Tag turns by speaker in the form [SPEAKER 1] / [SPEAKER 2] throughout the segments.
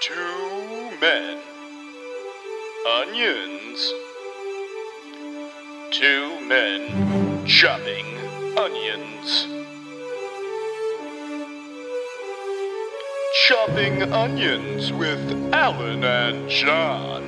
[SPEAKER 1] Two men. Onions. Two men chopping onions. Chopping onions with Alan and John.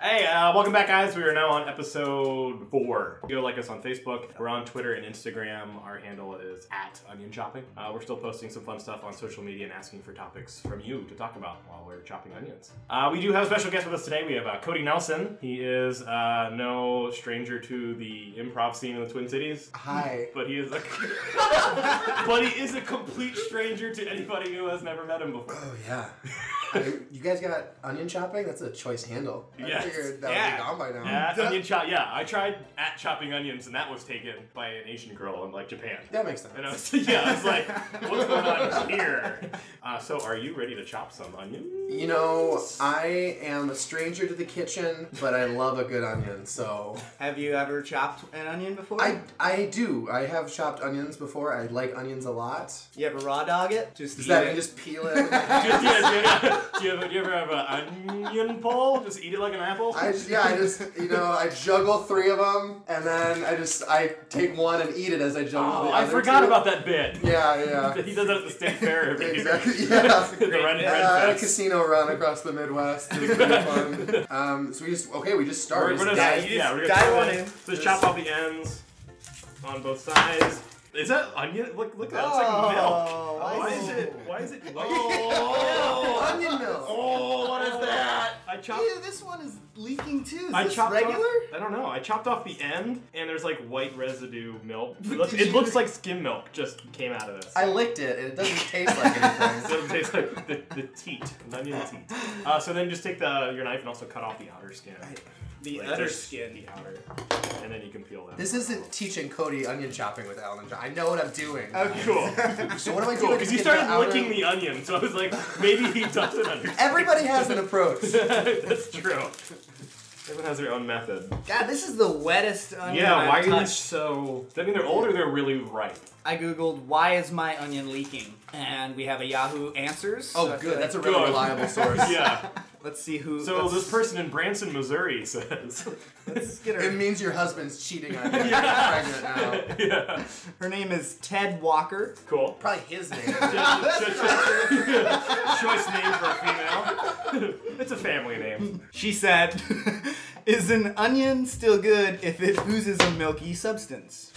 [SPEAKER 2] Hey, uh, welcome back, guys. We are now on episode four. Go like us on Facebook. We're on Twitter and Instagram. Our handle is at Onion Chopping. Uh, we're still posting some fun stuff on social media and asking for topics from you to talk about while we're chopping onions. Uh, we do have a special guest with us today. We have uh, Cody Nelson. He is uh, no stranger to the improv scene in the Twin Cities.
[SPEAKER 3] Hi.
[SPEAKER 2] But he is a, but he is a complete stranger to anybody who has never met him before.
[SPEAKER 3] Oh yeah. I- you guys got onion chopping? That's a choice handle. I
[SPEAKER 2] Yes.
[SPEAKER 3] figured that
[SPEAKER 2] Yeah.
[SPEAKER 3] would be gone by now.
[SPEAKER 2] At onion chop, yeah. I tried at chopping onions, and that was taken by an Asian girl in like Japan.
[SPEAKER 3] That makes sense.
[SPEAKER 2] And I was, yeah, I was like, what's going on here? Uh, so, are you ready to chop some onion?
[SPEAKER 3] You know, I am a stranger to the kitchen, but I love a good onion. So
[SPEAKER 4] Have you ever chopped an onion before?
[SPEAKER 3] I I do. I have chopped onions before. I like onions a lot.
[SPEAKER 4] You ever raw dog it? Just
[SPEAKER 3] Does
[SPEAKER 4] eat
[SPEAKER 3] that
[SPEAKER 4] it?
[SPEAKER 3] mean just peel it? with my-
[SPEAKER 2] Just, yeah, do, you, do, you ever, do you ever have an onion pole? Just eat it like an apple?
[SPEAKER 3] I just, yeah, I just you know I juggle three of them and then I just I take one and eat it as I juggle.
[SPEAKER 2] oh,
[SPEAKER 3] the
[SPEAKER 2] I
[SPEAKER 3] other
[SPEAKER 2] forgot
[SPEAKER 3] two.
[SPEAKER 2] about that bit.
[SPEAKER 3] Yeah, yeah.
[SPEAKER 2] He does that at the state fair every
[SPEAKER 3] Exactly.
[SPEAKER 2] year.
[SPEAKER 3] Yeah.
[SPEAKER 2] the red,
[SPEAKER 3] Yeah, I had
[SPEAKER 2] red
[SPEAKER 3] Uh, a
[SPEAKER 2] fest.
[SPEAKER 3] casino run across the Midwest. It was really fun. Um, so we just okay, we just
[SPEAKER 2] We're,
[SPEAKER 3] started.
[SPEAKER 2] we're gonna,
[SPEAKER 4] Yeah, you
[SPEAKER 2] yeah,
[SPEAKER 4] just
[SPEAKER 2] we're gonna
[SPEAKER 4] dive
[SPEAKER 2] chop
[SPEAKER 4] on
[SPEAKER 2] it.
[SPEAKER 4] in.
[SPEAKER 2] So just chop off the ends on both sides. Is that onion? Look, look at that. It's like milk.
[SPEAKER 4] Oh,
[SPEAKER 2] Why
[SPEAKER 4] why
[SPEAKER 2] is
[SPEAKER 4] is
[SPEAKER 2] it? Why is it? Oh,
[SPEAKER 3] onion milk.
[SPEAKER 2] oh what is that? I chopped.
[SPEAKER 4] Ew, this one is leaking too. Is
[SPEAKER 2] I
[SPEAKER 4] this
[SPEAKER 2] chopped
[SPEAKER 4] regular?
[SPEAKER 2] Off, I don't know. I chopped off the end, and there's like white residue milk. It looks,
[SPEAKER 4] did
[SPEAKER 2] it
[SPEAKER 4] you-
[SPEAKER 2] looks like skim milk just came out of this.
[SPEAKER 3] I licked it, and it doesn't taste like anything.
[SPEAKER 2] So it tastes like the, the teat, an onion teat. Uh, so then just take the your knife and also cut off the outer skin.
[SPEAKER 4] The
[SPEAKER 2] Like,
[SPEAKER 4] other
[SPEAKER 2] just
[SPEAKER 4] skin.
[SPEAKER 2] The outer. And then you can peel that.
[SPEAKER 3] This isn't teaching Cody onion chopping with Alan and John. I know what I'm doing.
[SPEAKER 2] cool.
[SPEAKER 3] So what am I doing?
[SPEAKER 2] Cool, because you
[SPEAKER 3] Just get
[SPEAKER 2] started
[SPEAKER 3] outer-
[SPEAKER 2] licking the onion, so I was like, maybe he doesn't understand.
[SPEAKER 3] Everybody has an approach.
[SPEAKER 2] That's true. Everyone has their own method.
[SPEAKER 4] God, this is the wettest onion
[SPEAKER 2] Yeah,
[SPEAKER 4] I've
[SPEAKER 2] why are you
[SPEAKER 4] touched.
[SPEAKER 2] so? Does that mean they're older? They're really ripe.
[SPEAKER 4] I googled why is my onion leaking, and we have a Yahoo Answers. so I
[SPEAKER 3] Oh,
[SPEAKER 4] feel
[SPEAKER 3] good. That's a
[SPEAKER 4] like-
[SPEAKER 3] really
[SPEAKER 2] Good.
[SPEAKER 3] reliable source.
[SPEAKER 2] Yeah.
[SPEAKER 4] Let's see who.
[SPEAKER 2] So
[SPEAKER 4] let's,
[SPEAKER 2] this person in Branson, Missouri says.
[SPEAKER 4] let's get
[SPEAKER 3] It
[SPEAKER 4] her.
[SPEAKER 3] means your husband's cheating on you.
[SPEAKER 2] Yeah.
[SPEAKER 3] He's pregnant now.
[SPEAKER 2] yeah.
[SPEAKER 4] Her name is Ted Walker.
[SPEAKER 2] Cool.
[SPEAKER 3] Probably his name.
[SPEAKER 2] Choice name for a female. it's a family name.
[SPEAKER 4] She said, "Is an onion still good if it oozes a milky substance?"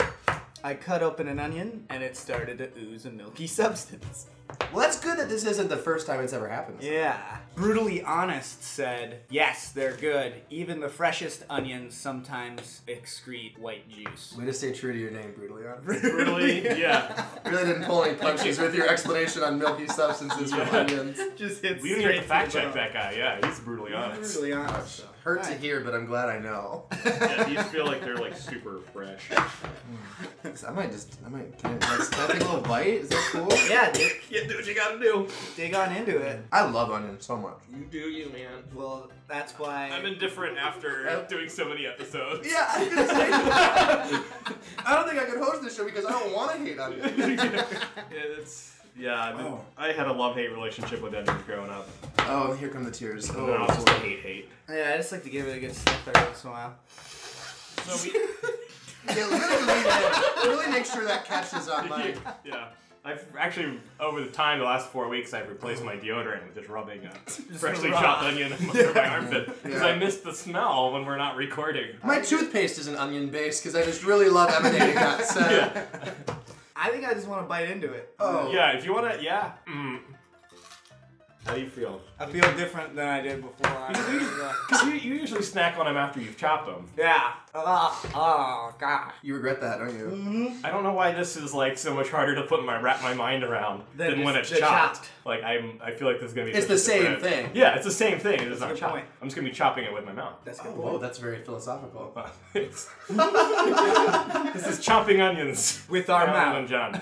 [SPEAKER 4] I cut open an onion, and it started to ooze a milky substance.
[SPEAKER 3] Well, that's good that this isn't the first time it's ever happened.
[SPEAKER 4] Yeah. Brutally Honest said, Yes, they're good. Even the freshest onions sometimes excrete white juice.
[SPEAKER 3] Way to stay true to your name, brutally honest.
[SPEAKER 2] Really? Yeah.
[SPEAKER 3] really didn't pull any punches with your explanation on milky substances from
[SPEAKER 2] Yeah.
[SPEAKER 3] onions.
[SPEAKER 4] Just hits
[SPEAKER 2] We don't even
[SPEAKER 4] straight
[SPEAKER 2] have to fact
[SPEAKER 4] to the
[SPEAKER 2] check that guy. Yeah, he's brutally
[SPEAKER 4] bone.
[SPEAKER 2] honest.
[SPEAKER 4] Brutally Honest.
[SPEAKER 3] Hurt to hear, but I'm glad I know.
[SPEAKER 2] Yeah, these feel like they're like super fresh.
[SPEAKER 3] I might just, I might, can I, like, can I take a little bite? Is that cool?
[SPEAKER 4] Yeah, dig,
[SPEAKER 2] Yeah, do what you gotta do.
[SPEAKER 4] dig on into it.
[SPEAKER 3] I love onions so much.
[SPEAKER 2] You do you, man.
[SPEAKER 4] Well, that's why.
[SPEAKER 2] I'm indifferent after doing so many episodes.
[SPEAKER 3] Yeah, I was gonna say. I don't think I could host this show because I don't want to hate onions.
[SPEAKER 2] yeah, that's. Yeah, I, mean,
[SPEAKER 3] Oh.
[SPEAKER 2] I had a love-hate relationship with onions growing up.
[SPEAKER 3] Oh, here come the tears.
[SPEAKER 2] And then I
[SPEAKER 3] Oh,
[SPEAKER 2] was just a hate-hate.
[SPEAKER 4] yeah, I just like to give it a good sniff every once in a while.
[SPEAKER 2] So we,
[SPEAKER 3] yeah, really, lean in. really make sure that catches on my.
[SPEAKER 2] yeah. I've actually, over the time, the last four weeks, I've replaced my deodorant with just rubbing a freshly
[SPEAKER 4] raw.
[SPEAKER 2] chopped onion under my armpit because
[SPEAKER 3] Yeah.
[SPEAKER 2] I miss the smell when we're not recording.
[SPEAKER 3] My toothpaste is an onion base because I just really love emanating that scent.
[SPEAKER 2] Yeah.
[SPEAKER 4] I think I just want to bite into it.
[SPEAKER 3] Oh.
[SPEAKER 2] Yeah, if you want to, yeah. Mm. How do you feel?
[SPEAKER 4] I feel different than I did before.
[SPEAKER 2] Because you, you usually snack on them after you've chopped them.
[SPEAKER 4] yeah. Oh, oh, God.
[SPEAKER 3] You regret that, don't you?
[SPEAKER 2] I don't know why this is like so much harder to put my wrap my mind around
[SPEAKER 4] Than
[SPEAKER 2] than, when it's
[SPEAKER 4] just the
[SPEAKER 2] chopped.
[SPEAKER 4] chopped.
[SPEAKER 2] Like I'm, I feel like this is gonna be.
[SPEAKER 3] It's
[SPEAKER 2] such a
[SPEAKER 3] the same
[SPEAKER 2] different-
[SPEAKER 3] thing.
[SPEAKER 2] Yeah, it's the same thing. It's
[SPEAKER 4] a
[SPEAKER 2] not
[SPEAKER 4] good
[SPEAKER 2] chopped.
[SPEAKER 4] point.
[SPEAKER 2] I'm just gonna be chopping it with my mouth.
[SPEAKER 4] That's a
[SPEAKER 3] Oh,
[SPEAKER 4] good.
[SPEAKER 3] whoa, that's very philosophical.
[SPEAKER 2] this is chopping onions
[SPEAKER 4] With our
[SPEAKER 2] Alan
[SPEAKER 4] mouth.
[SPEAKER 2] and John.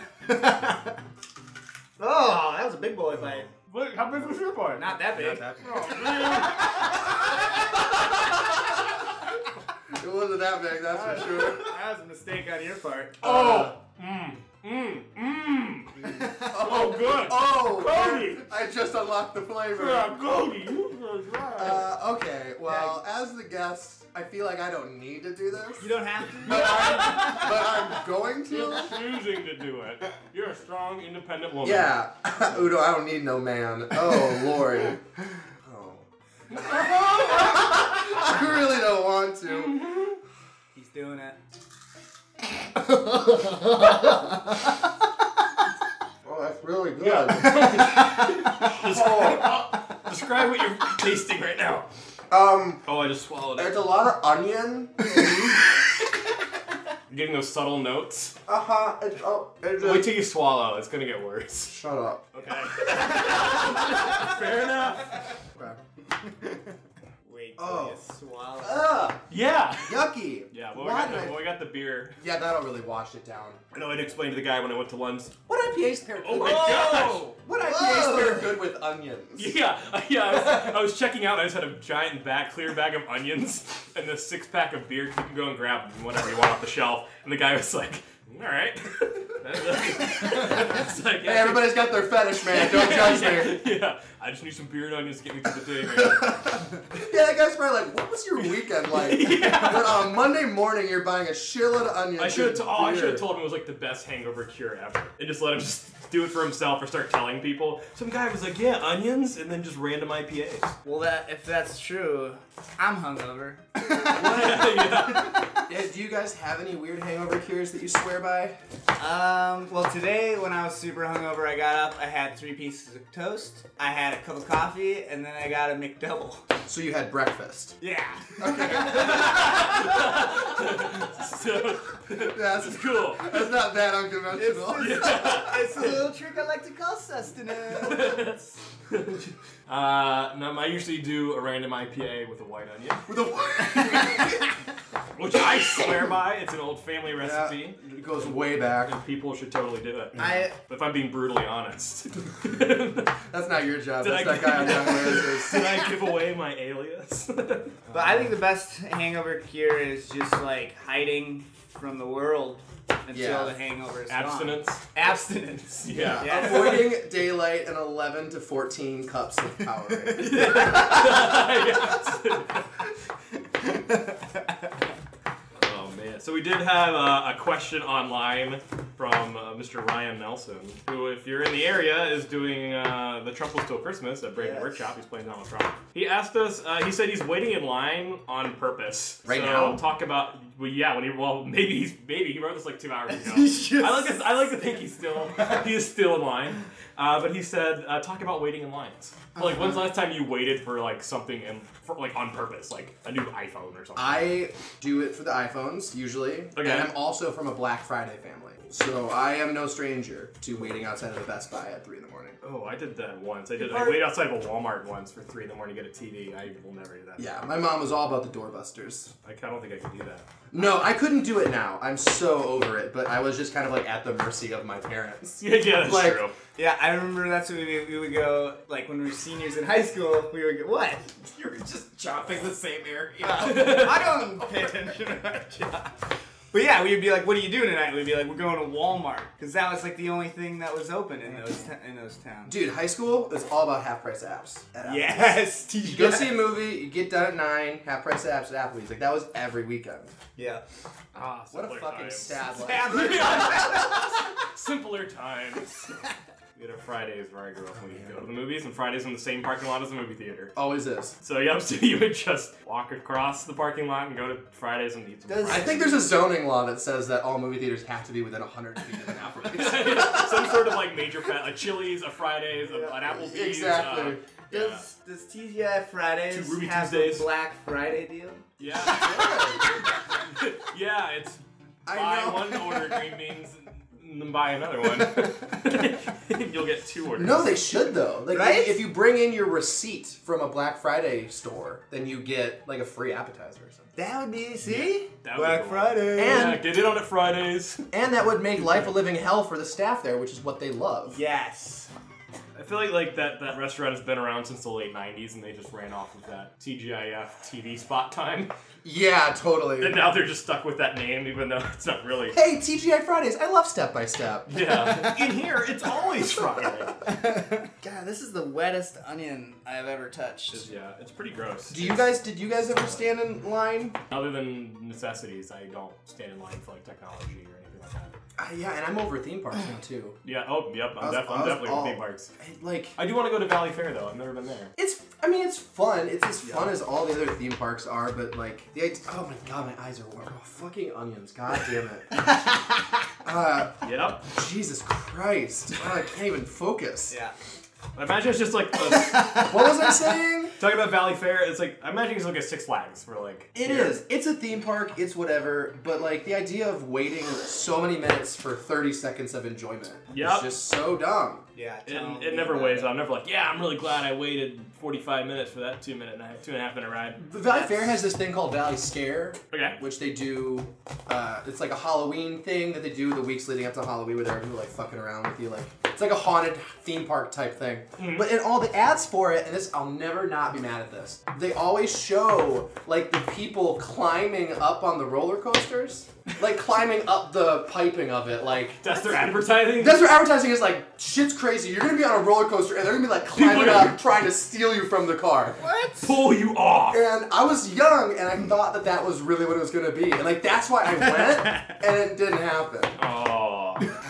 [SPEAKER 4] Oh, that was a big boy bite.
[SPEAKER 2] Look, how big was your boy?
[SPEAKER 4] Not that big.
[SPEAKER 3] Oh, It wasn't that big, that's for sure.
[SPEAKER 4] Oh. That was a mistake on your part.
[SPEAKER 2] mm, Oh. Mmm. Mmm. Mmm.
[SPEAKER 3] Oh,
[SPEAKER 2] good.
[SPEAKER 3] Oh,
[SPEAKER 2] Cody!
[SPEAKER 3] I just unlocked the flavor.
[SPEAKER 2] Yeah, Cody, you was right.
[SPEAKER 3] Uh, okay, well, as the guest, I feel like I don't need to do this.
[SPEAKER 4] You don't have to.
[SPEAKER 3] But I'm, but I'm going to.
[SPEAKER 2] choosing to do it. You're a strong, independent woman.
[SPEAKER 3] Yeah, Udo, I don't need no man. Oh, Lord. Oh. I really don't want to.
[SPEAKER 4] He's doing it.
[SPEAKER 3] Oh, that's really good.
[SPEAKER 2] Describe what you're tasting right now.
[SPEAKER 3] Um,
[SPEAKER 2] Oh, I just swallowed
[SPEAKER 3] there's
[SPEAKER 2] it.
[SPEAKER 3] a lot of onion.
[SPEAKER 2] You're getting those subtle notes.
[SPEAKER 3] Uh huh. It's oh, it's
[SPEAKER 2] Wait
[SPEAKER 3] a,
[SPEAKER 2] till you swallow. It's gonna get worse.
[SPEAKER 3] shut up.
[SPEAKER 2] Okay. Fair enough.
[SPEAKER 4] Wait,
[SPEAKER 3] Oh.
[SPEAKER 4] oh. swallow.
[SPEAKER 3] Ugh,
[SPEAKER 2] Yeah.
[SPEAKER 3] yucky.
[SPEAKER 2] Yeah. Well, we,
[SPEAKER 3] Why
[SPEAKER 2] got
[SPEAKER 3] did
[SPEAKER 2] the,
[SPEAKER 3] I-
[SPEAKER 2] well, we got the beer.
[SPEAKER 3] Yeah, that'll really wash it down.
[SPEAKER 2] I know I'd explained to the guy when I went to Lund's.
[SPEAKER 3] What IPAs pair?
[SPEAKER 2] Oh my
[SPEAKER 4] Whoa!
[SPEAKER 2] gosh.
[SPEAKER 3] What
[SPEAKER 4] Whoa!
[SPEAKER 3] IPAs pair good with onions?
[SPEAKER 2] Yeah, yeah. I was, I was checking out. I just had a giant bag, clear bag of onions and this six pack of beer. You can go and grab whatever you want off the shelf. And the guy was like, "All right." It's like,
[SPEAKER 3] Hey, everybody's got their fetish, man. Don't judge me.
[SPEAKER 2] Yeah, I just need some beer and onions to get me through the day, man.
[SPEAKER 3] Yeah, that guy's probably like, what was your weekend like? When on Monday morning you're buying a shitload of onions.
[SPEAKER 2] I should have.
[SPEAKER 3] and
[SPEAKER 2] T- oh, I
[SPEAKER 3] beer.
[SPEAKER 2] should have told him it was like the best hangover cure ever, and just let him just do it for himself or start telling people. Some guy was like, "Yeah, onions," and then just random IPAs.
[SPEAKER 4] Well, that if that's true, I'm hungover.
[SPEAKER 2] Yeah.
[SPEAKER 3] Yeah, do you guys have any weird hangover cures that you swear by?
[SPEAKER 4] Um, well, today when I was super hungover, I got up, I had three pieces of toast, I had a cup of coffee, and then I got a McDouble.
[SPEAKER 3] So you had breakfast.
[SPEAKER 4] Yeah.
[SPEAKER 2] So
[SPEAKER 3] That's
[SPEAKER 2] cool.
[SPEAKER 3] that's not that unconventional.
[SPEAKER 4] It's a little trick I like to call sustenance.
[SPEAKER 2] Uh, no, I usually do a random IPA with a white onion,
[SPEAKER 3] With a-
[SPEAKER 2] which I swear by. It's an old family recipe.
[SPEAKER 3] it goes way back.
[SPEAKER 2] And people should totally do it.
[SPEAKER 4] I
[SPEAKER 2] if I'm being brutally honest,
[SPEAKER 3] That's not your job.
[SPEAKER 2] Did
[SPEAKER 3] That's
[SPEAKER 2] I-
[SPEAKER 3] that guy on Young Roses.
[SPEAKER 2] did I give away my alias?
[SPEAKER 4] But I think the best hangover cure is just like hiding from the world until
[SPEAKER 3] Yeah.
[SPEAKER 4] the hangover is
[SPEAKER 2] Abstinence.
[SPEAKER 4] Gone. Abstinence.
[SPEAKER 2] Yeah.
[SPEAKER 4] Yeah.
[SPEAKER 3] Avoiding daylight and 11 to 14 cups of Powerade.
[SPEAKER 2] Oh man! So we did have uh, a question online from uh, Mr. Ryan Nelson, who, if you're in the area, is doing uh, the Trump Will Till Christmas at Braden
[SPEAKER 4] Yes.
[SPEAKER 2] Workshop. He's playing Donald Trump. He asked us. Uh, he said he's waiting in line on purpose.
[SPEAKER 3] Right
[SPEAKER 2] so
[SPEAKER 3] now?
[SPEAKER 2] Talk about. Well, yeah. When he well, maybe he's maybe he wrote this like two hours ago.
[SPEAKER 4] He's just-
[SPEAKER 2] I like. To, I like to think he's still. he is still in line. Uh, but he said, uh, talk about waiting in lines. Like, when's
[SPEAKER 3] Uh-huh.
[SPEAKER 2] the last time you waited for like something and for, like on purpose, like a new iPhone or something?
[SPEAKER 3] I do it for the iPhones usually,
[SPEAKER 2] Okay.
[SPEAKER 3] and I'm also from a Black Friday family, so I am no stranger to waiting outside of the Best Buy at three in the morning.
[SPEAKER 2] Oh, I did that once. I did. I
[SPEAKER 4] Part-
[SPEAKER 2] waited outside of a Walmart once for three in the morning to get a TV. I will never do that.
[SPEAKER 3] Yeah, my mom was all about the doorbusters.
[SPEAKER 2] Like, I don't think I could do that.
[SPEAKER 3] No, I couldn't do it now. I'm so over it, but I was just kind of like at the mercy of my parents.
[SPEAKER 2] Yeah, yeah, that's
[SPEAKER 3] Like-
[SPEAKER 2] true.
[SPEAKER 4] Yeah, I remember that's when we, we would go, like when we were seniors in high school, we would go, what?
[SPEAKER 3] You're just chopping the same air.
[SPEAKER 4] I don't pay attention to our job. But yeah, we would be like, what are you doing tonight? We'd be like, we're going to Walmart. Because that was like the only thing that was open in those, ta- in those towns.
[SPEAKER 3] Dude, high school is all about half price apps. at Applebee's.
[SPEAKER 4] Yes,
[SPEAKER 3] You go see a movie, you get done at nine, half price apps at Applebee's. Like that was every weekend.
[SPEAKER 4] Yeah.
[SPEAKER 2] Ah,
[SPEAKER 3] What a fucking
[SPEAKER 2] times.
[SPEAKER 3] sad life.
[SPEAKER 2] Simpler times. We had a Fridays where I grew up when
[SPEAKER 3] Oh,
[SPEAKER 2] we go to the movies, and Fridays in the same parking lot as the movie theater.
[SPEAKER 3] Always Oh, is.
[SPEAKER 2] So yeah, so you would just walk across the parking lot and go to Fridays and eat some.
[SPEAKER 4] Does-
[SPEAKER 3] I think there's a zoning law that says that all movie theaters have to be within 100 feet of an Applebee's.
[SPEAKER 2] fries. some sort of like major fat, a Chili's, a Fridays, a, an Applebee's.
[SPEAKER 3] exactly.
[SPEAKER 2] Uh,
[SPEAKER 4] Does, does TGI Fridays
[SPEAKER 2] Two Ruby
[SPEAKER 4] have
[SPEAKER 2] Tuesdays.
[SPEAKER 4] the Black Friday deal?
[SPEAKER 2] yeah, yeah. It's buy
[SPEAKER 3] I know.
[SPEAKER 2] one order of green beans and then buy another one. You'll get two orders.
[SPEAKER 3] No, they should though. Like,
[SPEAKER 4] Right?
[SPEAKER 3] if you bring in your receipt from a Black Friday store, then you get like a free appetizer or something.
[SPEAKER 4] That would be, see?
[SPEAKER 2] That would
[SPEAKER 4] Black
[SPEAKER 2] be cool.
[SPEAKER 4] Friday.
[SPEAKER 2] Yeah, get in on it Fridays.
[SPEAKER 3] And that would make life a living hell for the staff there, which is what they love.
[SPEAKER 4] yes.
[SPEAKER 2] I feel like like that, that restaurant has been around since the late '90s, and they just ran off of that TGIF TV spot time,
[SPEAKER 3] Yeah,
[SPEAKER 2] and
[SPEAKER 3] totally.
[SPEAKER 2] now they're just stuck with that name, even though it's not really.
[SPEAKER 3] Hey, TGI Fridays. I love Step by Step.
[SPEAKER 2] Yeah, in here it's always Friday.
[SPEAKER 4] God, this is the wettest onion I've ever touched.
[SPEAKER 2] Yeah, it's pretty gross.
[SPEAKER 3] Do you guys? Did you guys ever stand in line?
[SPEAKER 2] Other than necessities, I don't stand in line for like technology or anything like that.
[SPEAKER 3] Uh, yeah, and I'm over theme parks now too.
[SPEAKER 2] Yeah. Oh, yep. I'm,
[SPEAKER 3] was-
[SPEAKER 2] def-
[SPEAKER 3] I
[SPEAKER 2] I'm
[SPEAKER 3] was
[SPEAKER 2] definitely with
[SPEAKER 3] all-
[SPEAKER 2] theme parks.
[SPEAKER 3] I- like
[SPEAKER 2] I do want to go to Valley Fair though. I've never been there.
[SPEAKER 3] it's. I mean, it's fun. It's as fun as all the other theme parks are. But like the idea. Oh my god, my eyes are warm. Oh, fucking onions. God damn it. uh,
[SPEAKER 2] Yep.
[SPEAKER 3] Jesus Christ. Oh, I can't even focus.
[SPEAKER 4] Yeah.
[SPEAKER 2] I imagine it's just like a,
[SPEAKER 3] What was I saying?
[SPEAKER 2] talking about Valley Fair. It's like I imagine it's like a Six Flags for like.
[SPEAKER 3] It is. It's a theme park. It's whatever. But like the idea of waiting so many minutes for thirty seconds of enjoyment
[SPEAKER 2] Yup.
[SPEAKER 3] is just so dumb.
[SPEAKER 4] Yeah.
[SPEAKER 2] It,
[SPEAKER 4] tell
[SPEAKER 2] it
[SPEAKER 4] me
[SPEAKER 2] never
[SPEAKER 4] about
[SPEAKER 2] weighs.
[SPEAKER 4] it.
[SPEAKER 2] I'm never like, yeah, I'm really glad I waited 45 minutes for that two minute, and a half- two and a half minute ride.
[SPEAKER 3] The Valley Fair has this thing called Valley Scare,
[SPEAKER 2] Okay.
[SPEAKER 3] which they do. Uh, it's like a Halloween thing that they do the weeks leading up to Halloween, where they're like fucking around with you, like it's like a haunted theme park type thing.
[SPEAKER 2] Mm-hmm.
[SPEAKER 3] But in all the ads for it, and this I'll never not be mad at this. They always show like the people climbing up on the roller coasters, like climbing up the piping of it, like.
[SPEAKER 2] That's their advertising.
[SPEAKER 3] That's what advertising is like. Shit's crazy. You're gonna be on a roller coaster, and they're gonna be like climbing
[SPEAKER 2] People are-
[SPEAKER 3] up, trying to steal you from the car.
[SPEAKER 4] What?
[SPEAKER 2] pull you off.
[SPEAKER 3] And I was young, and I thought that that was really what it was gonna be, and like that's why I went, and it didn't happen.
[SPEAKER 2] Oh.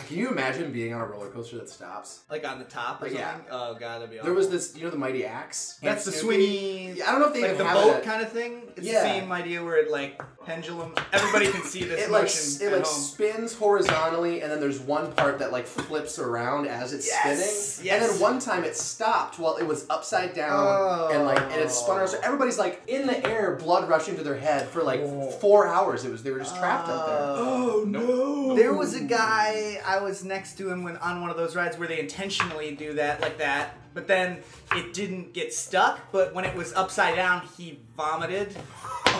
[SPEAKER 3] Can you imagine being on a roller coaster that stops?
[SPEAKER 4] Like on the top or
[SPEAKER 3] Like,
[SPEAKER 4] something?
[SPEAKER 3] yeah.
[SPEAKER 4] Oh god, that'd be. Awful.
[SPEAKER 3] There was this, you know, the mighty axe.
[SPEAKER 4] That's the
[SPEAKER 3] Snoopy?
[SPEAKER 4] swingy-
[SPEAKER 3] Yeah, I don't know if they
[SPEAKER 4] like the
[SPEAKER 3] even
[SPEAKER 4] boat
[SPEAKER 3] have that.
[SPEAKER 4] kind of thing. It's
[SPEAKER 3] Yeah.
[SPEAKER 4] the same idea where it like pendulum. Everybody can see this
[SPEAKER 3] It like
[SPEAKER 4] motion
[SPEAKER 3] s- it
[SPEAKER 4] at
[SPEAKER 3] like
[SPEAKER 4] home.
[SPEAKER 3] spins horizontally, and then there's one part that like flips around as it's
[SPEAKER 4] Yes,
[SPEAKER 3] spinning. And
[SPEAKER 4] yes.
[SPEAKER 3] then one time it stopped while it was upside down,
[SPEAKER 4] Oh.
[SPEAKER 3] and like and it spun around. So everybody's like in the air, blood rushing to their head for like
[SPEAKER 4] Oh.
[SPEAKER 3] four hours. It was they were just trapped up there.
[SPEAKER 4] Oh,
[SPEAKER 2] no.
[SPEAKER 4] There was a guy I was next to him when on one of those rides where they intentionally do that like that, but then it didn't get stuck. But when it was upside down, he vomited,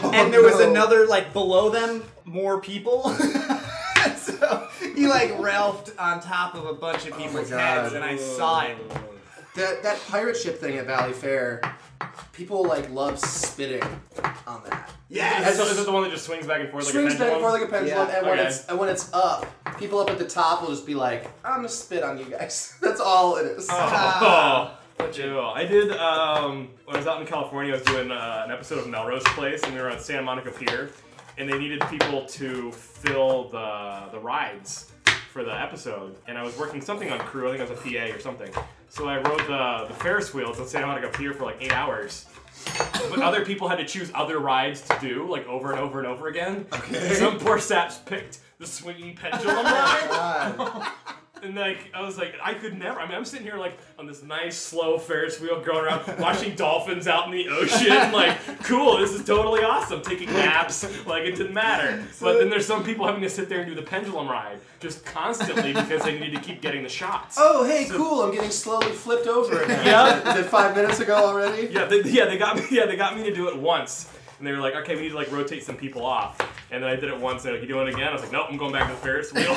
[SPEAKER 4] and there was
[SPEAKER 3] no.
[SPEAKER 4] another like below them more people. so he like ralphed on top of a bunch of people's
[SPEAKER 3] God.
[SPEAKER 4] heads, and I saw it.
[SPEAKER 3] That that pirate ship thing at Valley Fair, people like love spitting on that.
[SPEAKER 2] Is
[SPEAKER 4] Yes.
[SPEAKER 2] that- is that the one that just swings back and forth like
[SPEAKER 3] Swings
[SPEAKER 2] a
[SPEAKER 3] back
[SPEAKER 2] pendulum?
[SPEAKER 3] and forth like a pendulum,
[SPEAKER 4] Yeah.
[SPEAKER 3] and when
[SPEAKER 2] Okay.
[SPEAKER 3] it's and when it's up, people up at the top will just be like, "I'm gonna spit on you guys." That's all it is.
[SPEAKER 2] Oh. Ew. I did, um, when I was out in California, I was doing uh, an episode of Melrose Place, and we were on Santa Monica Pier, and they needed people to fill the, the rides for the episode. And I was working something on crew, I think I was a PA or something. So I rode the, the Ferris wheels on Santa Monica Pier for like eight hours. But other people had to choose other rides to do, like over and over and over again. Okay. Some poor saps picked the swinging pendulum ride. Oh.
[SPEAKER 3] God.
[SPEAKER 2] And like I was like, I could never. I mean, I'm sitting here like on this nice slow Ferris wheel going around, watching dolphins out in the ocean. Like, cool, this is totally awesome. Taking naps, like it didn't matter. But then there's some people having to sit there and do the pendulum ride just constantly because they need to keep getting the shots.
[SPEAKER 3] Oh, hey, cool! I'm getting slowly flipped over again.
[SPEAKER 2] Yeah.
[SPEAKER 3] Is it five minutes ago already?
[SPEAKER 2] Yeah, they, yeah, they got me. Yeah, they got me to do it once, and they were like, okay, we need to like rotate some people off. And then I did it once. They're like, you doing it again? I was like, nope, I'm going back to the Ferris wheel.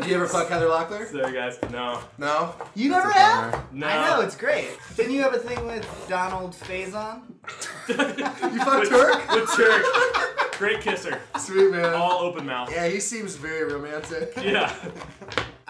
[SPEAKER 3] Do you ever fuck Heather Locklear?
[SPEAKER 2] so guys, no,
[SPEAKER 3] No.
[SPEAKER 4] You never
[SPEAKER 3] a
[SPEAKER 4] have?
[SPEAKER 3] bummer.
[SPEAKER 2] no.
[SPEAKER 4] I know it's great. Didn't you have a thing with Donald Faison?
[SPEAKER 3] You fucked Turk?
[SPEAKER 2] With Turk. Great kisser.
[SPEAKER 3] Sweet man.
[SPEAKER 2] All open mouth.
[SPEAKER 3] yeah, he seems very romantic.
[SPEAKER 2] Oh. Yeah.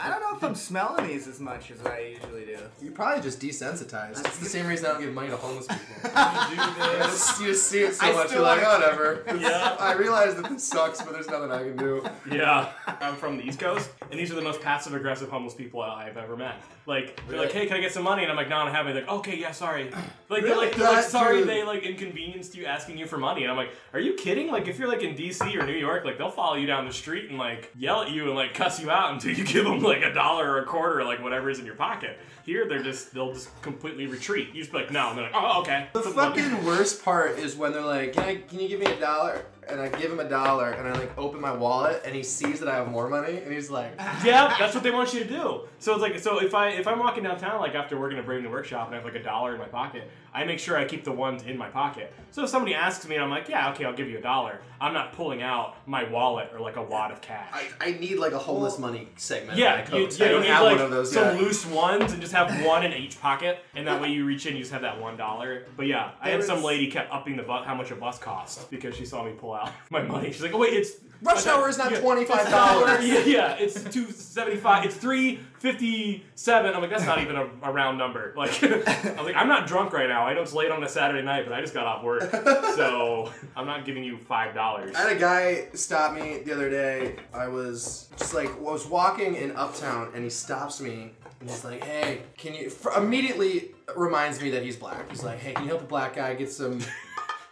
[SPEAKER 4] I don't know if I'm smelling these as much as I usually do.
[SPEAKER 3] You're probably just desensitized. It's the same reason I don't give money to homeless people.
[SPEAKER 2] Do
[SPEAKER 3] You just, you just see it so
[SPEAKER 4] I
[SPEAKER 3] much,
[SPEAKER 4] still
[SPEAKER 3] you're like, "Oh,
[SPEAKER 4] like-
[SPEAKER 3] whatever. This-
[SPEAKER 2] Yeah.
[SPEAKER 3] I realize that this sucks, but there's nothing I can do.
[SPEAKER 2] this. Yeah. I'm from the East Coast, and these are the most passive aggressive homeless people I've ever met. Like, they're like,
[SPEAKER 3] Really?
[SPEAKER 2] hey, can I get some money? And I'm like, no, I don't have it. They're like, okay, yeah, sorry. Like, they're
[SPEAKER 3] Really?
[SPEAKER 2] like, they're like
[SPEAKER 3] That
[SPEAKER 2] sorry
[SPEAKER 3] dude.
[SPEAKER 2] they, like, inconvenienced you asking you for money. And I'm like, are you kidding? Like, if you're, like, in D.C. or New York, like, they'll follow you down the street and, like, yell at you and, like, cuss you out until you give them, like, a dollar or a quarter or, like, whatever is in your pocket. Here, they're just, they'll just completely retreat. You just be like, no. And they're like, oh, okay.
[SPEAKER 3] The fucking worst part is when they're like, can, I, can you give me a dollar? and I give him a dollar, and I like open my wallet, and he sees that I have more money, and he's like,
[SPEAKER 2] Yeah, that's what they want you to do. So it's like, so if I if I'm walking downtown, like after working at Brave New Workshop, and I have like a dollar in my pocket, I make sure I keep the ones in my pocket. So if somebody asks me, and I'm like, yeah, okay, I'll give you a dollar. I'm not pulling out my wallet or like a wad of cash.
[SPEAKER 3] I, I need like a homeless money segment. in my
[SPEAKER 2] yeah, you,
[SPEAKER 3] coat.
[SPEAKER 2] yeah,
[SPEAKER 3] oh, I
[SPEAKER 2] you
[SPEAKER 3] don't
[SPEAKER 2] need
[SPEAKER 3] have
[SPEAKER 2] like
[SPEAKER 3] one of those
[SPEAKER 2] some
[SPEAKER 3] yet.
[SPEAKER 2] loose ones and just have one in each pocket, and that way you reach in, you just have that one dollar. But yeah, I had
[SPEAKER 4] There
[SPEAKER 2] some
[SPEAKER 4] is-
[SPEAKER 2] lady kept upping the bu- how much a bus cost because she saw me pull out my money. She's like, oh wait, it's
[SPEAKER 3] Rush hour is not
[SPEAKER 2] yeah,
[SPEAKER 3] $25.
[SPEAKER 2] dollar. yeah, yeah, it's two seventy five. It's three fifty seven. I'm like, that's not even a, a round number. Like, I was like, I'm not drunk right now. I know it's late on a Saturday night, but I just got off work, so I'm not giving you five dollars.
[SPEAKER 3] I had a guy stop me the other day. I was just like, I was walking in Uptown, and he stops me, and he's like, "Hey, can you?" F- immediately reminds me that he's black. He's like, "Hey, can you help a black guy get some?"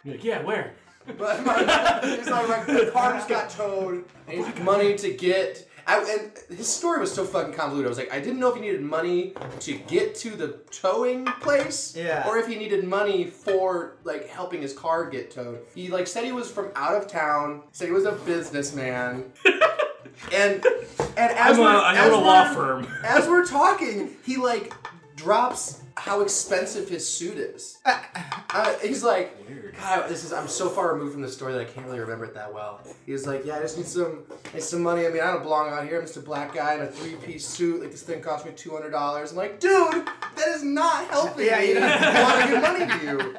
[SPEAKER 2] Like, yeah, where?
[SPEAKER 3] But my, he's like, "My my car just got towed. I need money to get." I, and his story was so fucking convoluted. I was like, I didn't know if he needed money to get to the towing place,
[SPEAKER 4] Yeah.
[SPEAKER 3] or if he needed money for like helping his car get towed. He like said he was from out of town. Said he was a businessman. and and as
[SPEAKER 2] I'm a,
[SPEAKER 3] we're,
[SPEAKER 2] I
[SPEAKER 3] as
[SPEAKER 2] own a law
[SPEAKER 3] we're-
[SPEAKER 2] firm.
[SPEAKER 3] As we're talking, he like drops how expensive his suit is. Uh, he's like, God, this is. I'm so far removed from the story that I can't really remember it that well. He was like, Yeah, I just need some, I need some money. I mean, I don't belong out here. I'm just a black guy in a three piece suit. Like this thing cost me two hundred dollars. I'm like, Dude, that is not helping.
[SPEAKER 4] Yeah,
[SPEAKER 3] me.
[SPEAKER 4] you don't-
[SPEAKER 3] I want to give money to you.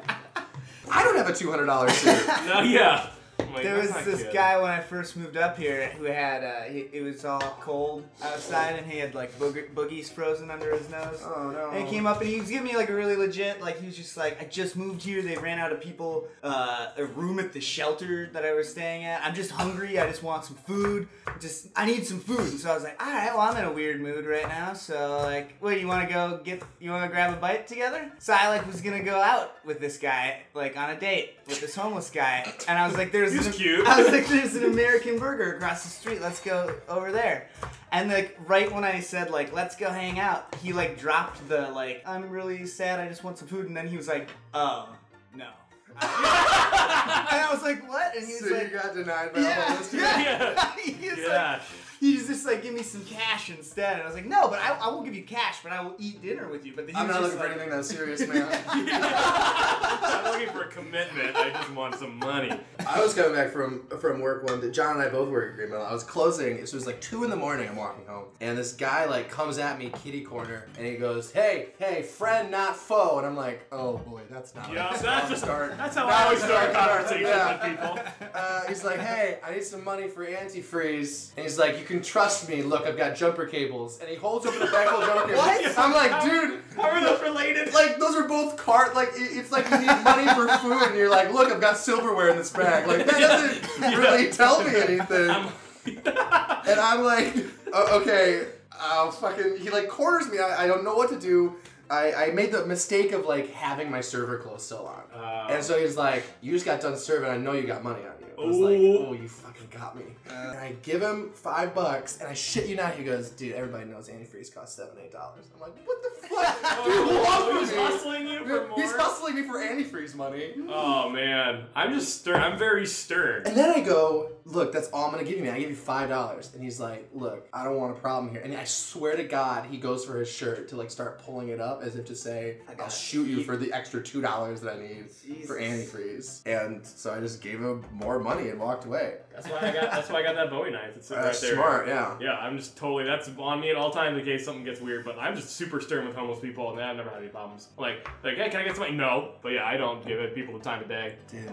[SPEAKER 3] I don't have a two hundred dollar suit.
[SPEAKER 2] No, Oh, yeah. I'm like,
[SPEAKER 4] There
[SPEAKER 2] that's
[SPEAKER 4] was
[SPEAKER 2] not
[SPEAKER 4] this
[SPEAKER 2] good.
[SPEAKER 4] guy when I first moved up here who had uh, he, it was all cold outside and he had like booger, boogies frozen under his nose.
[SPEAKER 3] Oh, no.
[SPEAKER 4] And he came up and he was giving me like a really legit like he was just like I just moved here. They ran out of people uh, a room at the shelter that I was staying at. I'm just hungry. I just want some food. Just I need some food. And so I was like, all right, well I'm in a weird mood right now. So like, wait, you want to go get you want to grab a bite together? So I like was gonna go out with this guy like on a date with this homeless guy, and I was like, there's
[SPEAKER 2] He's
[SPEAKER 4] an-
[SPEAKER 2] cute.
[SPEAKER 4] I was like, there's an American burger across the street. Let's go over there. And like right when I said like let's go hang out, he like dropped the like I'm really sad. I just want some food. And then he was like, oh no. and I was like, what? And he was
[SPEAKER 3] so you
[SPEAKER 4] like,
[SPEAKER 3] got denied by a
[SPEAKER 4] yeah,
[SPEAKER 3] homeless dude.
[SPEAKER 4] yeah.
[SPEAKER 2] Yeah.
[SPEAKER 4] he was like,
[SPEAKER 2] Yeah.
[SPEAKER 4] he was just like, give me some cash instead. And I was like, no, but I, I will give you cash, but I will eat dinner with you. But then he
[SPEAKER 3] I'm
[SPEAKER 4] was
[SPEAKER 3] not
[SPEAKER 4] just
[SPEAKER 3] looking for
[SPEAKER 4] like,
[SPEAKER 3] anything that serious, man.
[SPEAKER 2] I'm looking for commitment. I just want some money.
[SPEAKER 3] I was coming back from from work one day. John and I both work at Green Mill. I was closing. It was like two in the morning. I'm walking home, and this guy like comes at me kitty corner, and he goes, "Hey, hey, friend, not foe." And I'm like, "Oh boy, that's not."
[SPEAKER 2] Yeah,
[SPEAKER 3] how
[SPEAKER 2] that's
[SPEAKER 3] to
[SPEAKER 2] just-
[SPEAKER 3] start.
[SPEAKER 2] That's how
[SPEAKER 3] Not
[SPEAKER 2] I always
[SPEAKER 3] how
[SPEAKER 2] start
[SPEAKER 3] to start,
[SPEAKER 2] conversations
[SPEAKER 3] yeah.
[SPEAKER 2] with people.
[SPEAKER 3] Uh, he's like, "Hey, I need some money for antifreeze," and he's like, "You can trust me. Look, I've got jumper cables." And he holds open the back of the jumper cables.
[SPEAKER 4] What?
[SPEAKER 3] I'm like, dude.
[SPEAKER 2] How are those related?
[SPEAKER 3] Like those are both cart. Like it- it's like you need money for food, and you're like, look, I've got silverware in this bag. Like that doesn't
[SPEAKER 2] Yeah.
[SPEAKER 3] really tell me anything.
[SPEAKER 2] I'm,
[SPEAKER 3] And I'm like, "Oh, okay, I'll fucking. He like corners me. I, I don't know what to do. I, I made the mistake of like having my server clothes still on.
[SPEAKER 2] Oh.
[SPEAKER 3] and so he's like, you just got done serving. I know you got money on you. I was
[SPEAKER 2] Ooh.
[SPEAKER 3] like, oh, you fucking got me. and I give him five bucks, and I shit you not. He goes, dude, everybody knows antifreeze costs seven, eight dollars. I'm like, what the fuck? do you
[SPEAKER 2] oh,
[SPEAKER 3] want
[SPEAKER 2] he's
[SPEAKER 3] from me?
[SPEAKER 2] hustling you for more.
[SPEAKER 3] He's hustling me for antifreeze money.
[SPEAKER 2] Oh man, I'm just stern. I'm very stern.
[SPEAKER 3] And then I go, look, that's all I'm gonna give you, man. I give you five dollars. And he's like, look, I don't want a problem here. And I swear to God, he goes for his shirt to like start pulling it up as if to say,
[SPEAKER 4] got
[SPEAKER 3] I'll
[SPEAKER 4] it.
[SPEAKER 3] shoot you for the extra two dollars that I need for
[SPEAKER 4] Jesus.
[SPEAKER 3] antifreeze. And so I just gave him more money and walked away.
[SPEAKER 2] That's why I got. That's why I got that Bowie knife. It's sitting
[SPEAKER 3] That's
[SPEAKER 2] right there.
[SPEAKER 3] smart, yeah.
[SPEAKER 2] Yeah, I'm just totally. That's on me at all times in case something gets weird. But I'm just super stern with homeless people, and I've never had any problems. Like, like, hey, can I get something? No, but yeah, I don't give it people the time of day.
[SPEAKER 3] Dude.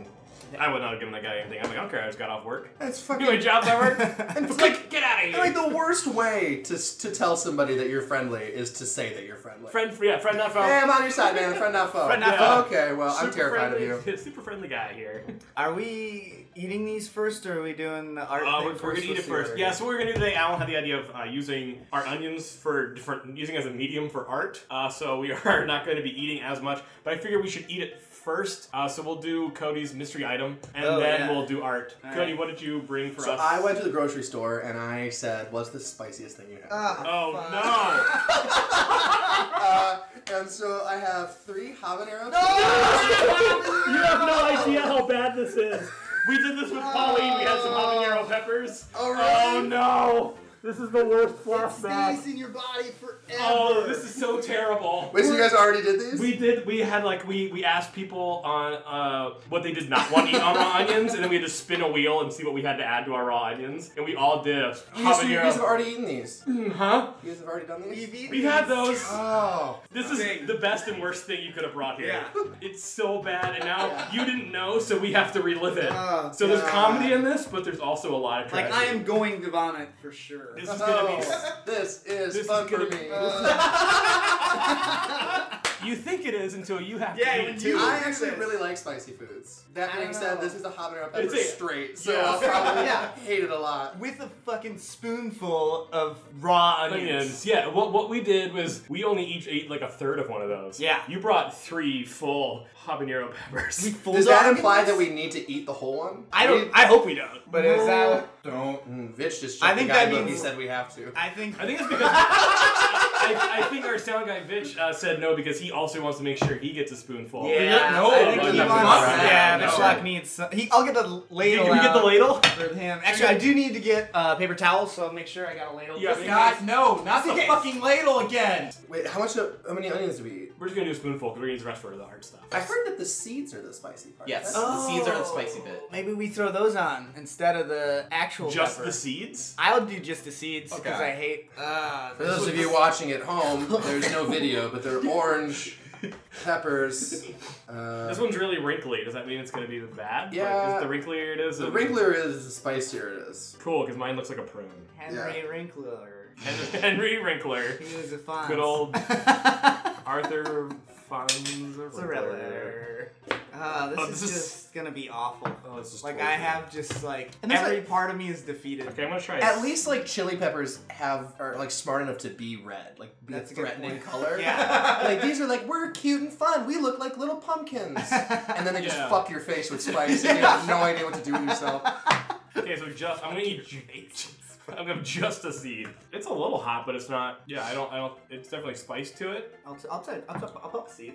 [SPEAKER 2] I would not have given that guy anything. I'm like, I don't care. I just got off work.
[SPEAKER 3] That's
[SPEAKER 2] You
[SPEAKER 3] fucking
[SPEAKER 2] know my job's at work.
[SPEAKER 3] and it's like
[SPEAKER 2] Click, get out of
[SPEAKER 3] and,
[SPEAKER 2] here.
[SPEAKER 3] like the worst way to, s- to tell somebody that you're friendly is to say that you're friendly.
[SPEAKER 2] friend, yeah, friend not found.
[SPEAKER 3] Hey, I'm on your side, man. Friend not foe.
[SPEAKER 2] Friend not foe.
[SPEAKER 3] Okay, well, I'm terrified
[SPEAKER 2] friendly,
[SPEAKER 3] of you.
[SPEAKER 2] Super friendly guy here.
[SPEAKER 4] Are we eating these first, or are we doing the art?
[SPEAKER 2] Uh,
[SPEAKER 4] thing
[SPEAKER 2] we're, we're gonna eat it
[SPEAKER 4] Let's see what
[SPEAKER 2] first.
[SPEAKER 4] we're
[SPEAKER 2] Yeah, so what we're gonna do today. Alan had the idea of uh, using our onions for different, using as a medium for art. Uh, so we are not going to be eating as much, but I figure we should eat it first. Uh, so we'll do Cody's mystery item, and
[SPEAKER 4] Oh,
[SPEAKER 2] then
[SPEAKER 4] yeah.
[SPEAKER 2] we'll do art.
[SPEAKER 4] All
[SPEAKER 2] Cody,
[SPEAKER 4] right.
[SPEAKER 2] what did you bring for
[SPEAKER 3] So
[SPEAKER 2] us?
[SPEAKER 3] I went to the grocery store and I said, "What's the spiciest thing you have?"
[SPEAKER 2] Oh
[SPEAKER 4] fuck.
[SPEAKER 2] no!
[SPEAKER 3] Uh, and so I have three habanero.
[SPEAKER 2] you have no idea how bad this is. We did this with Pauline. We had some habanero peppers.
[SPEAKER 5] All right.
[SPEAKER 2] Oh no! This is the worst flashback.
[SPEAKER 5] Stays in your body forever.
[SPEAKER 2] Oh, this is so terrible.
[SPEAKER 5] Wait, so you guys already did these?
[SPEAKER 2] We did. We had like we we asked people on uh, what they did not want to eat on raw onions, and then we had to spin a wheel and see what we had to add to our raw onions, and we all did a
[SPEAKER 3] You, so you
[SPEAKER 2] habanero.
[SPEAKER 3] guys have
[SPEAKER 2] Hmm,
[SPEAKER 3] already eaten these.
[SPEAKER 2] Huh?
[SPEAKER 3] You guys have already done these.
[SPEAKER 4] We've eaten
[SPEAKER 2] We've had
[SPEAKER 4] these.
[SPEAKER 2] those.
[SPEAKER 3] Oh,
[SPEAKER 2] This is the best and worst thing you could have brought here.
[SPEAKER 4] Yeah.
[SPEAKER 2] It's so bad, and now you didn't know, so we have to relive it.
[SPEAKER 5] Oh,
[SPEAKER 2] so there's
[SPEAKER 5] God.
[SPEAKER 2] comedy in this, but there's also a lot of
[SPEAKER 4] Like
[SPEAKER 2] tragedy.
[SPEAKER 4] I am going to vomit for sure.
[SPEAKER 2] This is gonna be.
[SPEAKER 3] oh this is
[SPEAKER 2] This is
[SPEAKER 3] fun
[SPEAKER 2] gonna
[SPEAKER 3] for
[SPEAKER 2] be-
[SPEAKER 3] me.
[SPEAKER 2] You think it is until you have
[SPEAKER 4] Yeah,
[SPEAKER 2] to eat
[SPEAKER 4] when
[SPEAKER 2] it
[SPEAKER 4] you-
[SPEAKER 2] too.
[SPEAKER 3] I actually
[SPEAKER 4] Yes.
[SPEAKER 3] really like spicy foods. That
[SPEAKER 4] I
[SPEAKER 3] being
[SPEAKER 4] know.
[SPEAKER 3] said, this is a habanero pepper
[SPEAKER 2] It's a-
[SPEAKER 3] straight, so
[SPEAKER 2] Yeah.
[SPEAKER 3] I'll probably
[SPEAKER 4] Yeah.
[SPEAKER 3] hate it a lot.
[SPEAKER 4] With a fucking spoonful of raw onions.
[SPEAKER 2] onions. Yeah, what what we did was we only each ate like a third of one of those.
[SPEAKER 4] Yeah.
[SPEAKER 2] You brought three full habanero peppers.
[SPEAKER 3] Does that imply that we need to eat the whole one?
[SPEAKER 4] I don't. I hope we don't.
[SPEAKER 5] But is that
[SPEAKER 3] Don't. Mm, Vitch just checked
[SPEAKER 4] I think
[SPEAKER 3] the
[SPEAKER 4] that
[SPEAKER 3] guidebook
[SPEAKER 4] means-
[SPEAKER 3] and said we have to.
[SPEAKER 4] I think.
[SPEAKER 2] I think it's because I, I think our sound guy Vitch uh, said no because he also wants to make sure he gets a spoonful.
[SPEAKER 4] Yeah,
[SPEAKER 5] No,
[SPEAKER 4] I think
[SPEAKER 2] no,
[SPEAKER 4] he
[SPEAKER 2] no,
[SPEAKER 4] wants.
[SPEAKER 2] no,
[SPEAKER 4] yeah,
[SPEAKER 2] no.
[SPEAKER 4] Mr. Lock needs. Some, he, I'll get the
[SPEAKER 2] Can,
[SPEAKER 4] ladle.
[SPEAKER 2] can we get the
[SPEAKER 4] out
[SPEAKER 2] ladle?
[SPEAKER 4] for him? Actually, I do need to get uh, paper towels, so I'll make sure I got a ladle.
[SPEAKER 2] Yeah,
[SPEAKER 4] Just in
[SPEAKER 2] God,
[SPEAKER 4] case.
[SPEAKER 5] no, not
[SPEAKER 4] Okay.
[SPEAKER 5] ladle again.
[SPEAKER 3] Wait, how much? Of, how many onions do we eat?
[SPEAKER 2] We're just gonna do a spoonful because we need the rest for the hard stuff.
[SPEAKER 3] I heard that the seeds are the spicy part.
[SPEAKER 5] Yes.
[SPEAKER 3] That's-
[SPEAKER 5] The seeds are the spicy bit.
[SPEAKER 4] Oh, Maybe we throw those on instead of the actual
[SPEAKER 2] Just
[SPEAKER 4] pepper.
[SPEAKER 2] the seeds?
[SPEAKER 4] I'll do just the seeds because
[SPEAKER 5] Okay.
[SPEAKER 4] I hate. Uh,
[SPEAKER 3] For those of you watching at home, there's no video, but they're orange peppers. Uh,
[SPEAKER 2] This one's really wrinkly. Does that mean it's gonna be bad? Like,
[SPEAKER 3] Yeah.
[SPEAKER 2] is the wrinklier it is,
[SPEAKER 3] the
[SPEAKER 2] it-
[SPEAKER 3] wrinkler is the spicier it is.
[SPEAKER 2] Cool, because mine looks like a prune.
[SPEAKER 4] Henry Wrinkler.
[SPEAKER 2] Hen- Henry Wrinkler,
[SPEAKER 4] He was a fun.
[SPEAKER 2] Good old- Arthur Fonzarella.
[SPEAKER 4] Thriller. Uh, this
[SPEAKER 2] Oh,
[SPEAKER 4] is
[SPEAKER 2] this is-
[SPEAKER 4] just gonna be awful.
[SPEAKER 2] Oh, it's just
[SPEAKER 4] like
[SPEAKER 2] totally
[SPEAKER 4] I
[SPEAKER 2] good.
[SPEAKER 4] have just like
[SPEAKER 3] And that's
[SPEAKER 4] every
[SPEAKER 3] what-
[SPEAKER 4] part of me is defeated.
[SPEAKER 2] Okay, I'm gonna try.
[SPEAKER 3] At least like chili peppers have are like smart enough to be red, like be
[SPEAKER 4] That's a
[SPEAKER 3] a
[SPEAKER 4] good
[SPEAKER 3] threatening
[SPEAKER 4] point.
[SPEAKER 3] color.
[SPEAKER 4] Yeah.
[SPEAKER 3] like these are like we're cute and fun. We look like little pumpkins, and then they just
[SPEAKER 2] Yeah.
[SPEAKER 3] fuck your face with spice, and you have no idea what to do with yourself.
[SPEAKER 2] Okay, so just I'm gonna eat. ju- I'm gonna just a seed. It's a little hot, but it's not. Yeah, I don't. I don't. It's definitely spice to it.
[SPEAKER 4] I'll t- I'll t- I'll, t- I'll pop a seed.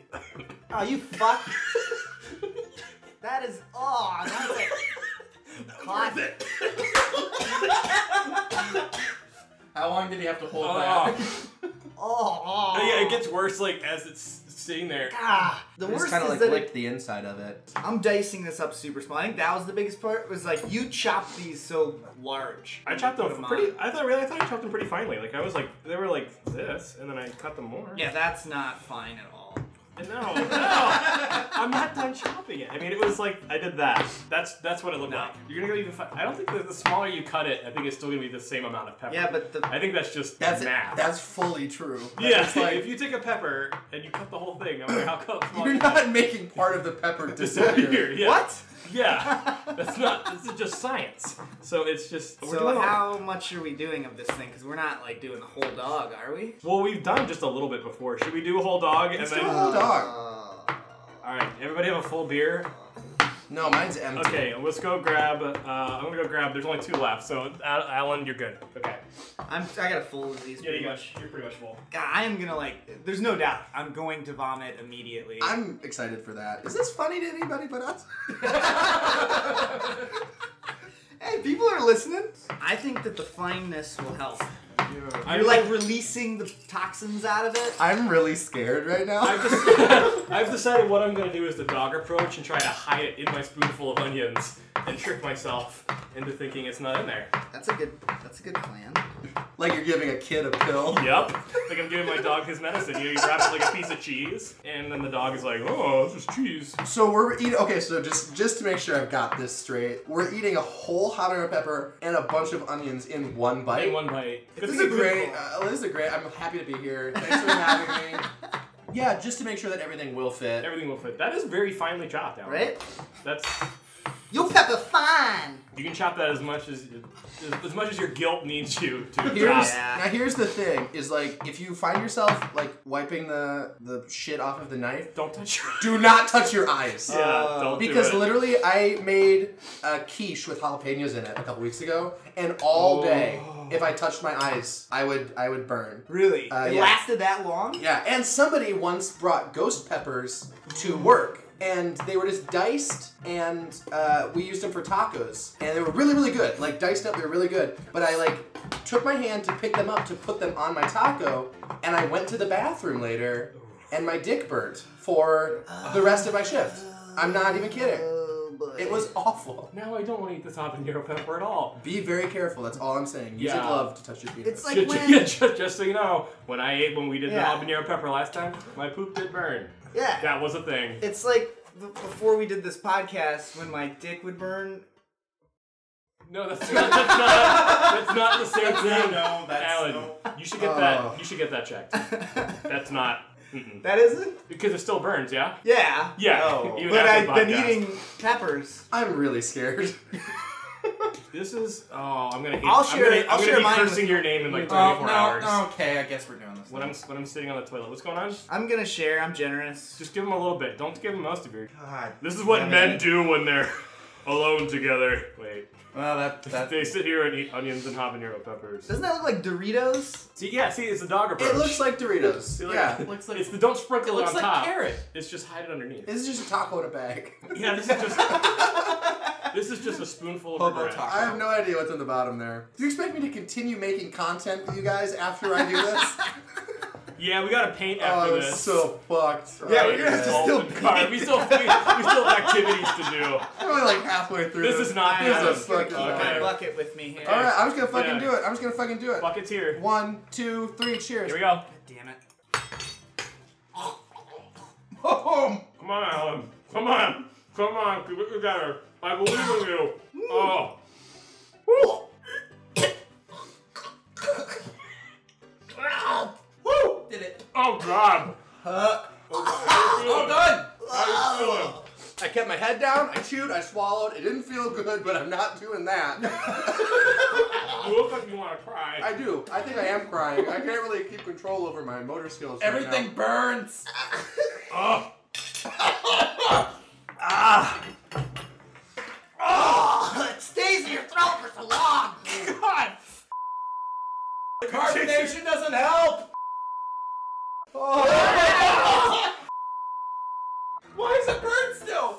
[SPEAKER 4] oh, you fuck. that is oh, that's like hot.
[SPEAKER 3] How long did he have to hold
[SPEAKER 2] Oh,
[SPEAKER 4] Oh, oh.
[SPEAKER 2] yeah, it gets worse like as it's sitting there.
[SPEAKER 4] Ah, the worst
[SPEAKER 3] kind of
[SPEAKER 4] is
[SPEAKER 3] like
[SPEAKER 4] that it-
[SPEAKER 3] licked the inside of it.
[SPEAKER 4] I'm dicing this up super small. I think that was the biggest part. Was like you chopped these so large.
[SPEAKER 2] I chopped
[SPEAKER 4] Put
[SPEAKER 2] them
[SPEAKER 4] 'em
[SPEAKER 2] pretty.
[SPEAKER 4] on.
[SPEAKER 2] I thought really. I thought I chopped them pretty finely. Like I was like they were like this, and then I cut them more.
[SPEAKER 4] Yeah, that's not fine at all.
[SPEAKER 2] No, no. I'm not done chopping it. I mean, it was like I did that. That's that's what it looked
[SPEAKER 4] No.
[SPEAKER 2] like. You're gonna go even. Fi- I don't think that the smaller you cut it, I think it's still gonna be the same amount of pepper.
[SPEAKER 4] Yeah, but the
[SPEAKER 2] I think that's just
[SPEAKER 3] That's
[SPEAKER 2] math.
[SPEAKER 3] that's fully true.
[SPEAKER 2] Yeah,
[SPEAKER 3] It's like-
[SPEAKER 2] if you take a pepper and you cut the whole thing, no matter how cut small
[SPEAKER 3] You're
[SPEAKER 2] you cut,
[SPEAKER 3] not making part of the pepper disappear.
[SPEAKER 2] disappear. Yeah.
[SPEAKER 4] what?
[SPEAKER 2] Yeah, that's not. This is just science. So it's just. We're doing
[SPEAKER 4] So
[SPEAKER 2] all-
[SPEAKER 4] how much are we doing of this thing? Because we're not like doing the whole dog, are we?
[SPEAKER 2] Well, we've done just a little bit before. Should we do a whole dog and
[SPEAKER 3] Let's
[SPEAKER 2] then?
[SPEAKER 3] do a whole dog.
[SPEAKER 4] Uh,
[SPEAKER 2] All right, everybody have a full beer.
[SPEAKER 3] No, mine's empty.
[SPEAKER 2] Okay, let's go grab. Uh, I'm gonna go grab. There's only two left, so Al- Alan, you're good. Okay.
[SPEAKER 4] I'm I got a full of these.
[SPEAKER 2] Yeah,
[SPEAKER 4] pretty
[SPEAKER 2] you
[SPEAKER 4] much.
[SPEAKER 2] got. You're pretty much full.
[SPEAKER 4] God, I am gonna like. There's no doubt. I'm going to vomit immediately.
[SPEAKER 3] I'm excited for that. Is this funny to anybody but us?
[SPEAKER 4] hey, people are listening. I think that the fineness will help.
[SPEAKER 2] I'm
[SPEAKER 4] You're like releasing the toxins out of it.
[SPEAKER 3] I'm really scared right now.
[SPEAKER 2] I've, just, I've decided what I'm gonna do is the dog approach and try to hide it in my spoonful of onions and trick myself into thinking it's not in there.
[SPEAKER 4] That's a good. That's a good plan.
[SPEAKER 3] like you're giving a kid a pill.
[SPEAKER 2] Yep. Like I'm giving my dog his medicine. You, know, you wrap it like a piece of cheese, and then the dog is like, "Oh, this is cheese."
[SPEAKER 3] So we're eating. Okay, so just just to make sure I've got this straight, we're eating a whole habanero pepper and a bunch of onions in one bite.
[SPEAKER 2] In one bite.
[SPEAKER 3] This is
[SPEAKER 2] Good
[SPEAKER 3] a great.
[SPEAKER 2] call.
[SPEAKER 3] Uh, this is a great. I'm happy to be here. Thanks for having me. Yeah, just to make sure that everything will fit.
[SPEAKER 2] Everything will fit. That is very finely chopped out.
[SPEAKER 4] Right?
[SPEAKER 2] That's.
[SPEAKER 4] You pepper fine.
[SPEAKER 2] You can chop that as much as as, as much as your guilt needs you to
[SPEAKER 3] Here's
[SPEAKER 2] chop.
[SPEAKER 4] Yeah.
[SPEAKER 3] now. Here's the thing: is like if you find yourself like wiping the the shit off of the knife,
[SPEAKER 2] Don't touch your.
[SPEAKER 3] do not touch your eyes.
[SPEAKER 2] Yeah. don't do it.
[SPEAKER 3] Because literally, I made a quiche with jalapenos in it a couple weeks ago, and
[SPEAKER 2] Oh.
[SPEAKER 3] all day, if I touched my eyes, I would I would burn.
[SPEAKER 4] Really?
[SPEAKER 3] Uh,
[SPEAKER 4] it
[SPEAKER 3] yeah.
[SPEAKER 4] lasted that long?
[SPEAKER 2] Mm-hmm.
[SPEAKER 3] Yeah, and somebody once brought ghost peppers to work and they were just diced, and uh, we used them for tacos, and they were really, really good. Like diced up, they were really good. But I like took my hand to pick them up to put them on my taco, and I went to the bathroom later, and my dick burnt for the rest of my shift. I'm not even kidding.
[SPEAKER 4] Oh, boy.
[SPEAKER 3] It was awful.
[SPEAKER 2] Now I don't want to eat this habanero pepper at all.
[SPEAKER 3] Be very careful. That's all I'm saying. Use
[SPEAKER 2] Yeah.
[SPEAKER 3] a glove to touch your penis.
[SPEAKER 4] It's like
[SPEAKER 2] Ju- ju-
[SPEAKER 4] when.
[SPEAKER 2] yeah, just, just so you know, when I ate when we did
[SPEAKER 4] Yeah.
[SPEAKER 2] the habanero pepper last time, my poop did burn.
[SPEAKER 4] Yeah.
[SPEAKER 2] That was a thing.
[SPEAKER 4] It's like b- before we did this podcast, when my dick would burn.
[SPEAKER 2] No, that's not. That's not, that's not the same thing.
[SPEAKER 5] no, that's-
[SPEAKER 2] Alan.
[SPEAKER 5] no.
[SPEAKER 2] You should get
[SPEAKER 3] Oh.
[SPEAKER 2] that. You should get that checked. That's not mm-mm.
[SPEAKER 4] That isn't?
[SPEAKER 2] because it still burns. Yeah.
[SPEAKER 4] Yeah.
[SPEAKER 2] Yeah,
[SPEAKER 4] No.
[SPEAKER 2] even
[SPEAKER 4] But I've
[SPEAKER 2] after
[SPEAKER 4] been
[SPEAKER 2] the podcast.
[SPEAKER 4] eating peppers.
[SPEAKER 3] I'm really scared.
[SPEAKER 2] This is. Oh, I'm gonna. Hate,
[SPEAKER 4] I'll
[SPEAKER 2] I'm
[SPEAKER 4] share-
[SPEAKER 2] gonna-
[SPEAKER 4] I'll
[SPEAKER 2] I'm
[SPEAKER 4] share
[SPEAKER 2] gonna
[SPEAKER 4] mine
[SPEAKER 2] be
[SPEAKER 4] with
[SPEAKER 2] cursing
[SPEAKER 4] you.
[SPEAKER 2] your name in like 24
[SPEAKER 5] Oh,
[SPEAKER 2] hours.
[SPEAKER 5] no, okay, I guess we're doing this.
[SPEAKER 2] When I'm when I'm sitting on the toilet. What's going on?
[SPEAKER 4] I'm gonna share. I'm generous.
[SPEAKER 2] Just give him a little bit. Don't give him most of your.
[SPEAKER 5] God.
[SPEAKER 2] This is what
[SPEAKER 5] damn
[SPEAKER 2] men
[SPEAKER 5] it.
[SPEAKER 2] do when they're alone together. Wait.
[SPEAKER 5] Well, that, that
[SPEAKER 2] They sit here and eat onions and habanero peppers.
[SPEAKER 4] Doesn't that look like Doritos?
[SPEAKER 2] See, yeah, see, it's a dog approach.
[SPEAKER 3] It looks like Doritos.
[SPEAKER 2] See, like-
[SPEAKER 3] Yeah.
[SPEAKER 5] looks like
[SPEAKER 2] It's the don't sprinkle
[SPEAKER 5] it
[SPEAKER 2] it,
[SPEAKER 5] looks
[SPEAKER 2] on
[SPEAKER 5] like
[SPEAKER 2] top.
[SPEAKER 5] carrot.
[SPEAKER 2] It's just hide it underneath.
[SPEAKER 3] This is just a taco in a bag.
[SPEAKER 2] yeah, this is just. this is just a spoonful of
[SPEAKER 5] Hobo
[SPEAKER 2] regret.
[SPEAKER 5] taco.
[SPEAKER 3] I have no idea what's on the bottom there. Do you expect me to continue making content with you guys after I do this?
[SPEAKER 2] Yeah, we gotta paint after
[SPEAKER 3] oh,
[SPEAKER 2] this.
[SPEAKER 3] it's so fucked.
[SPEAKER 4] Yeah,
[SPEAKER 2] Right,
[SPEAKER 4] we're gonna have to
[SPEAKER 2] all
[SPEAKER 4] still
[SPEAKER 2] the car- We still we, we still have activities to do.
[SPEAKER 3] I'm only like halfway through.
[SPEAKER 2] This is not
[SPEAKER 3] This
[SPEAKER 2] happening.
[SPEAKER 3] is fucking.
[SPEAKER 2] Okay.
[SPEAKER 4] Keep my
[SPEAKER 3] All
[SPEAKER 4] bucket with me here.
[SPEAKER 3] right, I'm just gonna fucking
[SPEAKER 2] Yeah.
[SPEAKER 3] do it. I'm just gonna fucking do it.
[SPEAKER 2] Buckets here.
[SPEAKER 3] One, two, three. Cheers.
[SPEAKER 2] Here we go.
[SPEAKER 4] Damn it.
[SPEAKER 5] Oh,
[SPEAKER 2] Come on, Alan. Come on. Come on. Keep it together. I believe in you. Oh. Woo.
[SPEAKER 5] woo! Did it.
[SPEAKER 2] Oh God.
[SPEAKER 5] All done!
[SPEAKER 2] Oh,
[SPEAKER 3] I kept my head down. I chewed. I swallowed. It didn't feel good, but I'm not doing that.
[SPEAKER 2] you look like you want to cry.
[SPEAKER 3] I do. I think I am crying. I can't really keep control over my motor skills. right
[SPEAKER 5] Everything
[SPEAKER 3] now.
[SPEAKER 5] burns!
[SPEAKER 2] Oh.
[SPEAKER 5] Oh, it stays in your throat for so long! God! Carbonation doesn't help! Why is it burn still?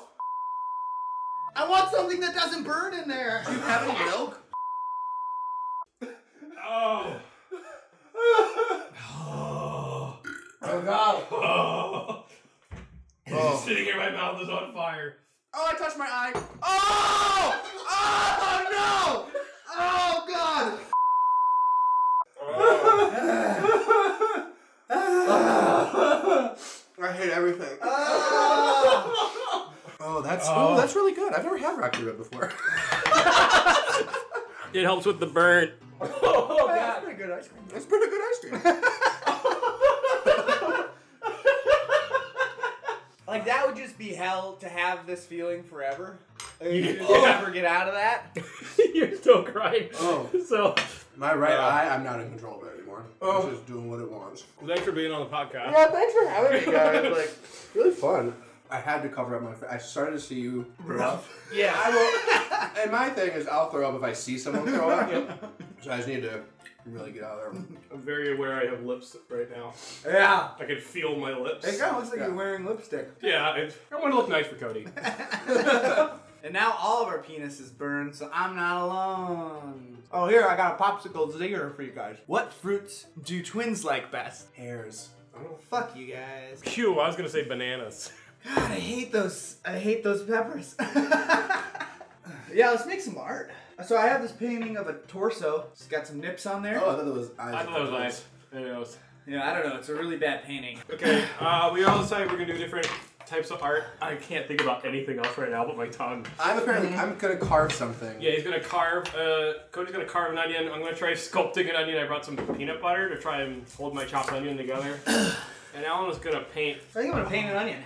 [SPEAKER 4] I want something that doesn't burn in there.
[SPEAKER 3] Do you have any milk?
[SPEAKER 2] Oh.
[SPEAKER 3] Oh God. Oh,
[SPEAKER 2] Oh.
[SPEAKER 3] Oh.
[SPEAKER 2] Sitting here, my mouth is on fire.
[SPEAKER 3] I touched my eye. Oh! Oh no! Oh God! I hate everything. Oh, that's oh.
[SPEAKER 2] Oh.
[SPEAKER 3] that's really good. I've never had Rocky Road before.
[SPEAKER 2] It helps with the burn.
[SPEAKER 5] Oh, God.
[SPEAKER 4] pretty good ice cream.
[SPEAKER 3] That's pretty good ice cream.
[SPEAKER 4] Like that would just be hell to have this feeling forever. Like, you
[SPEAKER 2] Yeah.
[SPEAKER 4] just never get out of that.
[SPEAKER 2] You're still crying.
[SPEAKER 3] Oh.
[SPEAKER 2] So,
[SPEAKER 3] My right
[SPEAKER 2] Yeah.
[SPEAKER 3] eye, I'm not in control of it anymore. Oh. It's just doing what it wants.
[SPEAKER 2] thanks for being on the podcast.
[SPEAKER 3] Yeah, thanks for having me, guys. Like, really fun. I had to cover up my. Fa- I started to see you rough. I
[SPEAKER 4] Yeah.
[SPEAKER 3] will. and my thing is, I'll throw up if I see someone throw up. So I just need to really get out of
[SPEAKER 2] I'm very aware I have lips right now.
[SPEAKER 4] Yeah.
[SPEAKER 2] I can feel my lips.
[SPEAKER 4] It kind of looks like
[SPEAKER 3] Yeah.
[SPEAKER 4] you're wearing lipstick.
[SPEAKER 2] Yeah, it's, I want to look nice for Cody.
[SPEAKER 4] And now all of our penises burn, so I'm not alone. Oh, here, I got a popsicle zinger for you guys. What fruits do twins like best?
[SPEAKER 3] there. Hairs.
[SPEAKER 4] Oh, fuck you guys.
[SPEAKER 2] Phew, I was gonna say bananas.
[SPEAKER 4] God, I hate those. I hate those peppers. yeah, let's make some art. So I have this painting of a torso. It's got some nips on there.
[SPEAKER 3] Oh, I thought that was eyes.
[SPEAKER 2] I thought that was nice. Anyways.
[SPEAKER 4] Yeah, I don't know. It's a really bad painting.
[SPEAKER 2] Okay, uh, we all decided we're gonna do different types of art. I can't think about anything else right now but my tongue.
[SPEAKER 3] I'm apparently. I'm gonna carve something.
[SPEAKER 2] Yeah, he's gonna carve, uh, Cody's gonna carve an onion. I'm gonna try sculpting an onion. I brought some peanut butter to try and hold my chopped onion together. and Alan was gonna paint.
[SPEAKER 4] I think I'm gonna paint an onion.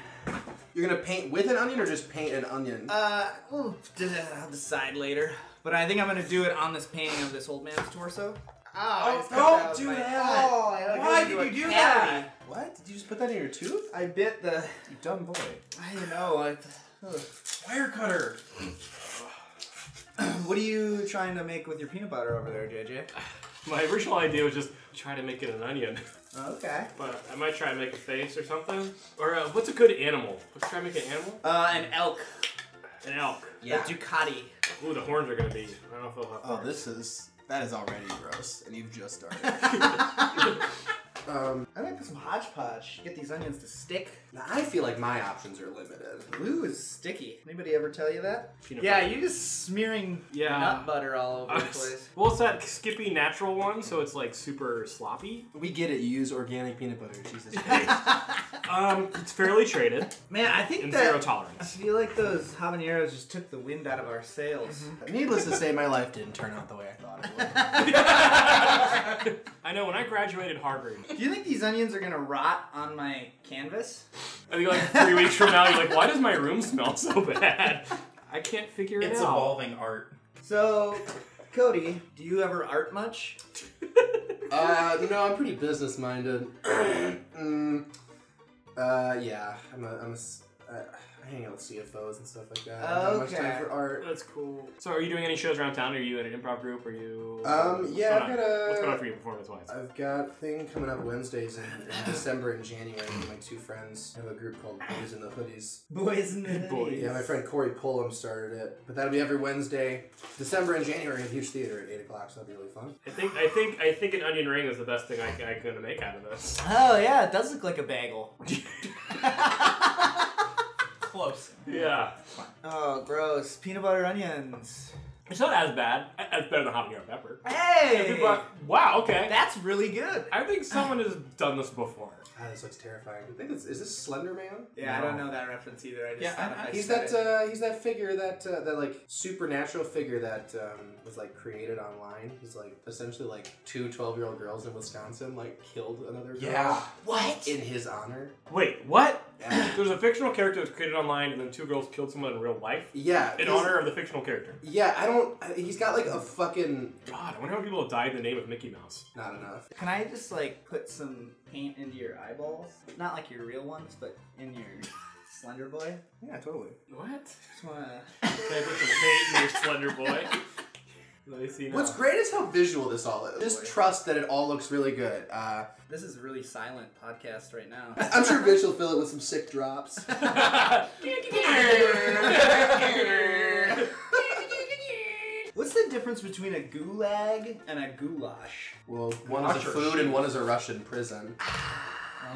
[SPEAKER 3] You're gonna paint with an onion or just paint an onion?
[SPEAKER 4] Uh, ooh, d- I'll decide later. But I think I'm gonna do it on this painting of this old man's torso. I
[SPEAKER 5] Oh,
[SPEAKER 4] just cut
[SPEAKER 5] don't
[SPEAKER 4] that with
[SPEAKER 5] do
[SPEAKER 4] my-
[SPEAKER 5] that.
[SPEAKER 4] Oh, I like
[SPEAKER 5] Why
[SPEAKER 4] I
[SPEAKER 5] did
[SPEAKER 4] do a
[SPEAKER 5] you do
[SPEAKER 4] cavity.
[SPEAKER 5] that?
[SPEAKER 3] what? Did you just put that in your tooth?
[SPEAKER 4] I bit the.
[SPEAKER 3] You dumb boy.
[SPEAKER 4] I don't know. I, ugh.
[SPEAKER 5] Wire cutter!
[SPEAKER 4] what are you trying to make with your peanut butter over there, JJ?
[SPEAKER 2] My original idea was just try to make it an onion.
[SPEAKER 4] Okay.
[SPEAKER 2] But I might try and make a face or something. Or uh, what's a good animal? Let's try and make an animal.
[SPEAKER 4] Uh, an elk.
[SPEAKER 2] An elk.
[SPEAKER 4] Yeah. A Ducati.
[SPEAKER 2] Ooh, the horns are gonna be. I don't know if
[SPEAKER 3] Oh,
[SPEAKER 2] I'll have
[SPEAKER 3] this is that is already gross, and you've just started. um,
[SPEAKER 4] I might put some hodgepodge. Get these onions to stick.
[SPEAKER 3] I feel like my options are limited.
[SPEAKER 4] Glue is sticky. Anybody ever tell you that?
[SPEAKER 2] peanut
[SPEAKER 4] Yeah,
[SPEAKER 2] butter.
[SPEAKER 4] you're just smearing
[SPEAKER 2] Yeah.
[SPEAKER 4] nut butter all over
[SPEAKER 2] I
[SPEAKER 4] the
[SPEAKER 2] was-
[SPEAKER 4] place.
[SPEAKER 2] well, it's that Skippy natural one, so it's like super sloppy.
[SPEAKER 3] We get it. You use organic peanut butter. Jesus Christ.
[SPEAKER 2] Um, it's fairly traded
[SPEAKER 4] Man, I think
[SPEAKER 2] and
[SPEAKER 4] that
[SPEAKER 2] zero
[SPEAKER 4] I
[SPEAKER 2] tolerance.
[SPEAKER 4] feel like those habaneros just took the wind out of our sails.
[SPEAKER 5] Mm-hmm.
[SPEAKER 3] Needless to say, my life didn't turn out the way I thought it would.
[SPEAKER 2] I know when I graduated Harvard,
[SPEAKER 4] Do you think these onions are gonna rot on my canvas?
[SPEAKER 2] I think like three weeks from now, you're like, why does my room smell so bad? I can't figure it
[SPEAKER 6] It's
[SPEAKER 2] out.
[SPEAKER 6] evolving art.
[SPEAKER 4] So, Cody, do you ever art much?
[SPEAKER 3] Uh, no, I'm pretty business minded. mm, uh, yeah, I'm a, I'm a s uh, I hang out with CFOs and stuff like that. I don't have much
[SPEAKER 4] Okay.
[SPEAKER 3] time for art.
[SPEAKER 2] That's cool. So, are you doing any shows around town? Are you in an improv group? Are you?
[SPEAKER 3] Um,
[SPEAKER 2] what's
[SPEAKER 3] yeah,
[SPEAKER 2] going
[SPEAKER 3] I've
[SPEAKER 2] on?
[SPEAKER 3] got a-
[SPEAKER 2] What's going on for you performance-wise?
[SPEAKER 3] I've got a thing coming up Wednesdays in, in December and January. with My two friends have a group called Boys in the Hoodies.
[SPEAKER 4] Boys and the
[SPEAKER 2] Boys.
[SPEAKER 3] Yeah, my friend Corey Pullum started it, but that'll be every Wednesday, December and January at Huge Theater at eight o'clock. So that'll be really fun.
[SPEAKER 2] I think I think I think an onion ring is the best thing I, I could make out of this.
[SPEAKER 4] Oh yeah, it does look like a bagel.
[SPEAKER 6] Close.
[SPEAKER 2] Yeah,
[SPEAKER 4] oh, gross! Peanut butter onions.
[SPEAKER 2] it's not as bad. I- It's better than habanero pepper.
[SPEAKER 4] Hey,
[SPEAKER 2] But wow, okay.
[SPEAKER 4] that's really good.
[SPEAKER 2] I think someone has done this before.
[SPEAKER 3] God, this looks terrifying. I think it's, is this Slender Man?
[SPEAKER 4] Yeah, I don't know that reference either. I just
[SPEAKER 6] Yeah,
[SPEAKER 4] thought
[SPEAKER 6] I-
[SPEAKER 4] if I
[SPEAKER 3] He's
[SPEAKER 4] said
[SPEAKER 3] that
[SPEAKER 4] it-
[SPEAKER 3] uh, he's that figure that uh, that like supernatural figure that um, was like created online. He's like essentially like two 12 year old girls in Wisconsin like killed another girl
[SPEAKER 5] What?
[SPEAKER 3] in his honor.
[SPEAKER 2] Wait, what?
[SPEAKER 3] Yeah,
[SPEAKER 2] There's a fictional character that's created online, and then two girls killed someone in real life
[SPEAKER 3] yeah
[SPEAKER 2] in
[SPEAKER 3] he's-
[SPEAKER 2] honor of the fictional character.
[SPEAKER 3] Yeah, I don't. I- He's got like a fucking
[SPEAKER 2] God, I wonder how many people have died in the name of Mickey Mouse.
[SPEAKER 3] not enough.
[SPEAKER 4] Can I just like put some paint into your eyeballs? Not like your real ones, but in your Slender Boy.
[SPEAKER 3] Yeah, totally.
[SPEAKER 2] What?
[SPEAKER 4] Just wanna.
[SPEAKER 2] Can I put some paint in your Slender Boy? Let me see now.
[SPEAKER 3] What's great is how visual this all is. Just trust that it all looks really good. Uh,
[SPEAKER 4] This is a really silent podcast right now.
[SPEAKER 3] I'm sure Vince will fill it with some sick drops.
[SPEAKER 4] What's the difference between a gulag and a goulash?
[SPEAKER 3] Well, one is a
[SPEAKER 2] Usher
[SPEAKER 3] food and one is a Russian prison.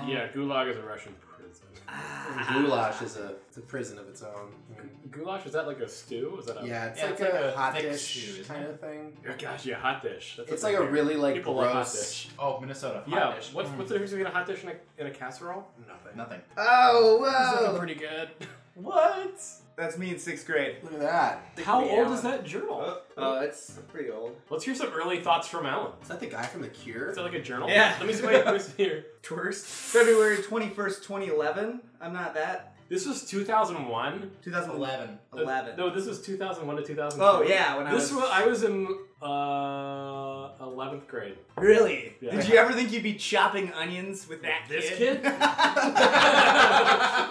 [SPEAKER 4] Um,
[SPEAKER 2] yeah, Gulag is a Russian prison.
[SPEAKER 4] ah.
[SPEAKER 3] And goulash is a, it's a prison of its own. I mean,
[SPEAKER 2] Goulash is that like a stew? Is that a
[SPEAKER 3] Yeah, it's
[SPEAKER 6] Yeah,
[SPEAKER 3] like
[SPEAKER 6] it's
[SPEAKER 3] a,
[SPEAKER 6] like a
[SPEAKER 3] hot
[SPEAKER 6] thick
[SPEAKER 3] dish
[SPEAKER 6] stew, isn't
[SPEAKER 3] kind
[SPEAKER 6] it?
[SPEAKER 3] of thing.
[SPEAKER 2] Oh gosh, yeah, hot dish. That's
[SPEAKER 3] It's
[SPEAKER 2] what
[SPEAKER 3] like
[SPEAKER 2] they
[SPEAKER 3] a
[SPEAKER 2] do.
[SPEAKER 3] really like
[SPEAKER 2] People love hot
[SPEAKER 3] gross.
[SPEAKER 2] dish.
[SPEAKER 6] Oh, Minnesota. Hot
[SPEAKER 2] Yeah,
[SPEAKER 6] dish.
[SPEAKER 2] what's
[SPEAKER 6] Mm.
[SPEAKER 2] what's the difference between a hot dish and a, and a casserole?
[SPEAKER 3] Nothing.
[SPEAKER 6] Nothing.
[SPEAKER 4] Oh,
[SPEAKER 2] It's looking
[SPEAKER 4] whoa!
[SPEAKER 2] pretty good.
[SPEAKER 6] What?
[SPEAKER 4] That's me in sixth grade.
[SPEAKER 3] Look at that.
[SPEAKER 2] How
[SPEAKER 4] Yeah.
[SPEAKER 2] old is that journal?
[SPEAKER 4] Oh, oh, it's pretty old.
[SPEAKER 2] Let's hear some early thoughts from Alan.
[SPEAKER 3] Is that the guy from The Cure?
[SPEAKER 2] Is that like a journal?
[SPEAKER 4] Yeah.
[SPEAKER 2] Let me see my let me see here.
[SPEAKER 4] Tourist. February 21st, 2011. I'm not that.
[SPEAKER 2] This was 2001.
[SPEAKER 4] 2011.
[SPEAKER 2] Uh,
[SPEAKER 4] 11.
[SPEAKER 2] No, this was 2001 to 2002.
[SPEAKER 4] Oh, yeah, when I
[SPEAKER 2] This
[SPEAKER 4] was-
[SPEAKER 2] was I was in uh 11th grade.
[SPEAKER 4] Really?
[SPEAKER 2] Yeah.
[SPEAKER 4] Did you ever think you'd be chopping onions with that
[SPEAKER 2] This
[SPEAKER 4] kid?
[SPEAKER 2] kid?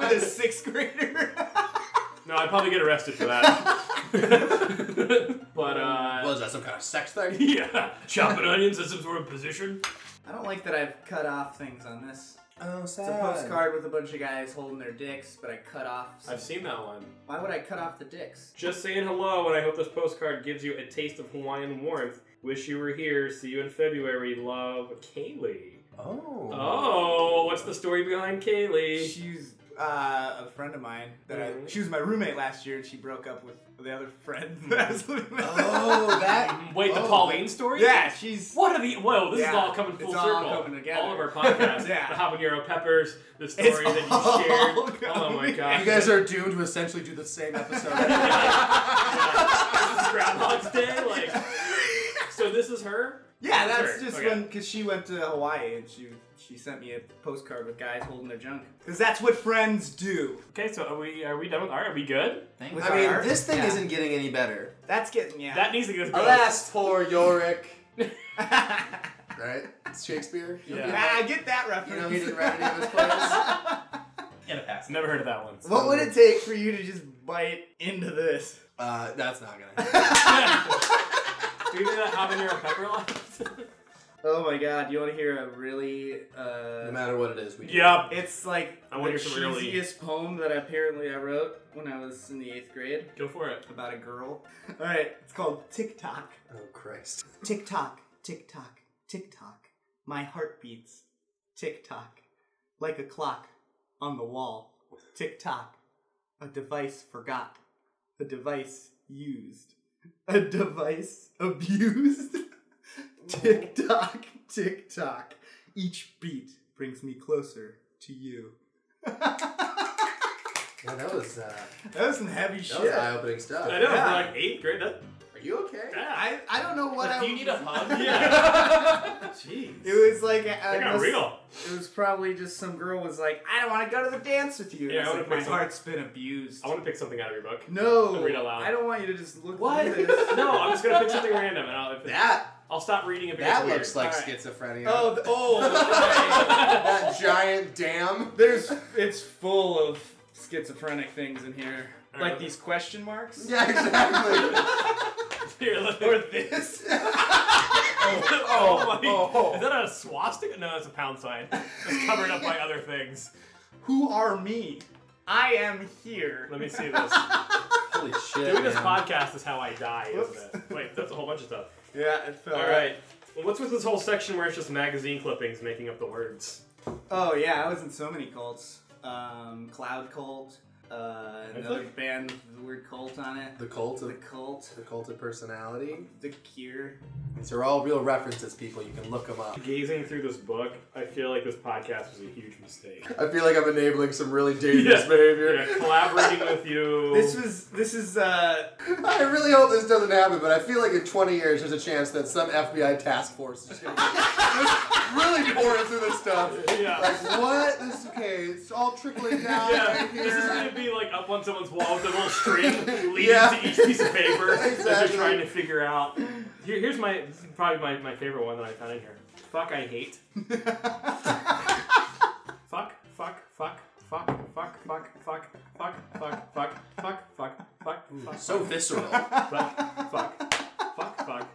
[SPEAKER 4] with a sixth grader?
[SPEAKER 2] No, I'd probably get arrested for that. but uh,
[SPEAKER 3] Was that some kind of sex thing?
[SPEAKER 2] yeah, chopping onions is some sort of position.
[SPEAKER 4] I don't like that I've cut off things on this.
[SPEAKER 3] oh,
[SPEAKER 4] It's a postcard with a bunch of guys holding their dicks, but I cut off. some-
[SPEAKER 2] I've seen that one.
[SPEAKER 4] Why would I cut off the dicks?
[SPEAKER 2] Just saying hello, and I hope this postcard gives you a taste of Hawaiian warmth. Wish you were here. See you in February. Love, Kaylee.
[SPEAKER 3] Oh.
[SPEAKER 2] Oh, what's the story behind Kaylee?
[SPEAKER 4] She's uh, a friend of mine that I.
[SPEAKER 2] Mhm.
[SPEAKER 4] She was my roommate last year, and she broke up with the other friend that I was living with.
[SPEAKER 3] Oh, that.
[SPEAKER 2] Wait, the
[SPEAKER 3] Oh.
[SPEAKER 2] Pauline story?
[SPEAKER 4] yeah, she's.
[SPEAKER 2] What are the? Whoa, this is
[SPEAKER 4] Yeah,
[SPEAKER 2] all coming full
[SPEAKER 4] it's all
[SPEAKER 2] circle.
[SPEAKER 4] coming together.
[SPEAKER 2] All of our podcasts,
[SPEAKER 4] Yeah.
[SPEAKER 2] the habanero peppers, the story
[SPEAKER 4] It's
[SPEAKER 2] that
[SPEAKER 4] all
[SPEAKER 2] you shared. Oh my
[SPEAKER 4] coming-
[SPEAKER 2] gosh,
[SPEAKER 3] You guys are doomed to essentially do the same episode.
[SPEAKER 2] this is Groundhog's Day. Like, so this is her.
[SPEAKER 4] Yeah,
[SPEAKER 2] That's
[SPEAKER 4] that's
[SPEAKER 2] her.
[SPEAKER 4] just
[SPEAKER 2] Okay.
[SPEAKER 4] when because she went to Hawaii and she she sent me a postcard with guys holding their junk. Because that's what friends do.
[SPEAKER 2] Okay, so are we are we done with art? Are we good?
[SPEAKER 6] Thank
[SPEAKER 4] With
[SPEAKER 6] you.
[SPEAKER 3] I mean,
[SPEAKER 4] Art?
[SPEAKER 3] this thing
[SPEAKER 4] Yeah.
[SPEAKER 3] isn't getting any better.
[SPEAKER 4] That's getting yeah.
[SPEAKER 2] That needs to get us
[SPEAKER 3] Alas, poor Yorick. Right? It's Shakespeare? You know,
[SPEAKER 2] Yeah.
[SPEAKER 4] Ah, I get that
[SPEAKER 3] You
[SPEAKER 4] reference.
[SPEAKER 3] know, he didn't write any of his plays.
[SPEAKER 6] In a pass.
[SPEAKER 2] Never heard of that one.
[SPEAKER 4] what would it take for you to just bite into this?
[SPEAKER 3] Uh, that's not gonna happen.
[SPEAKER 2] Do you do that habanero pepper left?
[SPEAKER 4] Oh my god, you want to hear a really? Uh,
[SPEAKER 3] No matter what it is, we do.
[SPEAKER 2] Yep.
[SPEAKER 4] it's like
[SPEAKER 2] I
[SPEAKER 4] the
[SPEAKER 2] want to hear some really-
[SPEAKER 4] cheesiest poem that apparently I wrote when I was in the eighth grade
[SPEAKER 2] Go for it.
[SPEAKER 4] about a girl. All right, it's called Tick Tock.
[SPEAKER 3] Oh Christ.
[SPEAKER 4] Tick tock, tick tock, tick tock. My heart beats. Tick tock. Like a clock on the wall. Tick tock. A device forgot. A device used. A device abused. tick tock, tick tock. Each beat brings me closer to you.
[SPEAKER 3] Yeah, that was uh,
[SPEAKER 4] That was some heavy
[SPEAKER 3] that was eye-opening stuff.
[SPEAKER 2] I know. for
[SPEAKER 4] Yeah.
[SPEAKER 2] like eighth grade. That,
[SPEAKER 3] Are you okay?
[SPEAKER 2] yeah.
[SPEAKER 4] I, I don't know what
[SPEAKER 6] Like,
[SPEAKER 4] I.
[SPEAKER 6] do you need a hug?
[SPEAKER 2] Yeah. Jeez.
[SPEAKER 4] It was like I
[SPEAKER 2] That got
[SPEAKER 4] must-
[SPEAKER 2] real.
[SPEAKER 4] It was probably just some girl was like, I don't want to go to the dance with you. And
[SPEAKER 2] Yeah,
[SPEAKER 4] I
[SPEAKER 2] I
[SPEAKER 4] was
[SPEAKER 2] wanna
[SPEAKER 4] like,
[SPEAKER 2] pick
[SPEAKER 4] my
[SPEAKER 2] something.
[SPEAKER 4] heart's been abused.
[SPEAKER 2] I want to pick something out of your book.
[SPEAKER 4] no,
[SPEAKER 2] Read aloud.
[SPEAKER 4] I don't want you to just look
[SPEAKER 6] What?
[SPEAKER 4] through this.
[SPEAKER 2] No, I'm just gonna pick something random, and I'll, if it,
[SPEAKER 3] That
[SPEAKER 2] I'll stop reading if it
[SPEAKER 3] that
[SPEAKER 2] gets
[SPEAKER 3] looks
[SPEAKER 2] weird.
[SPEAKER 3] like
[SPEAKER 4] All right.
[SPEAKER 3] schizophrenia.
[SPEAKER 4] Oh, th- oh. okay.
[SPEAKER 3] that giant dam.
[SPEAKER 4] There's, it's full of schizophrenic things in here,
[SPEAKER 2] All
[SPEAKER 4] like
[SPEAKER 2] right.
[SPEAKER 4] these question marks.
[SPEAKER 3] Yeah, exactly.
[SPEAKER 2] Here, look.
[SPEAKER 4] Or this.
[SPEAKER 2] oh, my.
[SPEAKER 4] oh, oh.
[SPEAKER 2] Is that a swastika? No, it's a pound sign. It's covered up by other things.
[SPEAKER 4] Who are me? I am here.
[SPEAKER 2] Let me see this.
[SPEAKER 3] Holy shit.
[SPEAKER 2] Doing this
[SPEAKER 3] man.
[SPEAKER 2] podcast is how I die,
[SPEAKER 4] Whoops.
[SPEAKER 2] isn't it? Wait, that's a whole bunch of stuff.
[SPEAKER 4] Yeah, it fell.
[SPEAKER 2] All right. Well, what's with this whole section where it's just magazine clippings making up the words?
[SPEAKER 4] Oh yeah, I was in so many cults. Um, Cloud Cult. Uh,
[SPEAKER 2] I
[SPEAKER 4] another
[SPEAKER 2] thought-
[SPEAKER 4] band with the word cult on it.
[SPEAKER 3] the cult
[SPEAKER 4] The
[SPEAKER 3] of
[SPEAKER 4] cult.
[SPEAKER 3] the cult of personality.
[SPEAKER 4] The cure.
[SPEAKER 3] These are all real references, people. You can look them up.
[SPEAKER 2] Gazing through this book, I feel like this podcast was a huge mistake.
[SPEAKER 3] I feel like I'm enabling some really dangerous
[SPEAKER 2] Yeah.
[SPEAKER 3] behavior.
[SPEAKER 2] Yeah, collaborating with you.
[SPEAKER 4] This was this is uh
[SPEAKER 3] I really hope this doesn't happen, but I feel like in 20 years there's a chance that some FBI task force is gonna be really pouring through this stuff.
[SPEAKER 2] yeah.
[SPEAKER 3] Like, what? This okay? It's all trickling down
[SPEAKER 2] Yeah,
[SPEAKER 3] right
[SPEAKER 2] this is gonna
[SPEAKER 3] here.
[SPEAKER 2] be like up on someone's wall with a little string leading
[SPEAKER 3] Yeah.
[SPEAKER 2] to each piece of paper as they're
[SPEAKER 3] Exactly.
[SPEAKER 2] trying to figure out. Here, here's my this is probably my, my favorite one that I found in here. Fuck, I hate. fuck, fuck, fuck, fuck, fuck, fuck, fuck, fuck, fuck, fuck, fuck, fuck, fuck, fuck,
[SPEAKER 3] So visceral.
[SPEAKER 2] fuck, fuck, fuck, fuck, fuck.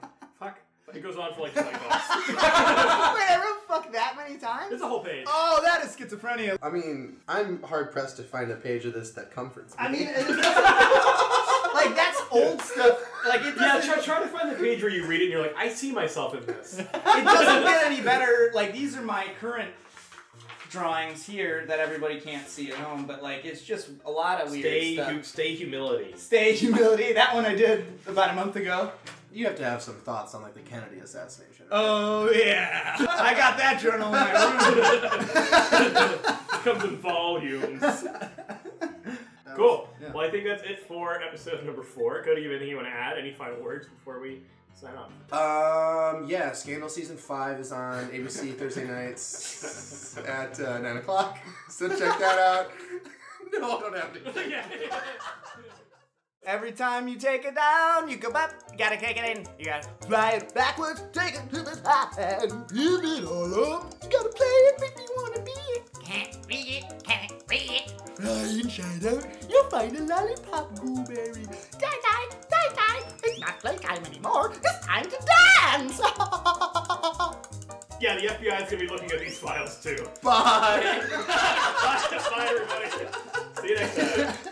[SPEAKER 2] It goes on for like 20 bucks.
[SPEAKER 4] I wrote fuck that many times?
[SPEAKER 2] It's a whole page.
[SPEAKER 4] Oh that is schizophrenia.
[SPEAKER 3] I mean, I'm hard pressed to find a page of this that comforts me.
[SPEAKER 4] I mean it's- like that's old stuff. Like it
[SPEAKER 2] Yeah,
[SPEAKER 4] doesn't,
[SPEAKER 2] try, try to find the page where you read it and you're like, I see myself in this.
[SPEAKER 4] it doesn't get any better. Like these are my current drawings here that everybody can't see at home, but like it's just a lot of weird
[SPEAKER 2] Stay,
[SPEAKER 4] stuff.
[SPEAKER 2] hu- stay humility.
[SPEAKER 4] Stay humility. That one I did about a month ago.
[SPEAKER 3] you have to have some thoughts on like the Kennedy assassination. right?
[SPEAKER 4] Oh yeah, I got that journal in my room.
[SPEAKER 2] comes in volumes. Cool.
[SPEAKER 4] yeah.
[SPEAKER 2] Well, I think that's it for episode number four. Cody, you have anything you want to add? Any final words before we sign off?
[SPEAKER 3] Um, yeah, Scandal season five is on ABC Thursday nights at uh, nine o'clock. So check that out. no, I don't have to.
[SPEAKER 4] Every time you take it down, you go up. You gotta kick it in. You gotta fly it backwards, take it to the top, and give it all up. You gotta play it if you wanna be it.
[SPEAKER 5] Can't read it, can't read it.
[SPEAKER 4] Fly inside out, you'll find a lollipop gooberry.
[SPEAKER 5] Die, die, die, die. It's not playtime anymore. It's time to dance.
[SPEAKER 2] yeah, the FBI is going to be looking at these files too.
[SPEAKER 3] Bye.
[SPEAKER 2] Bye, everybody. See you next time.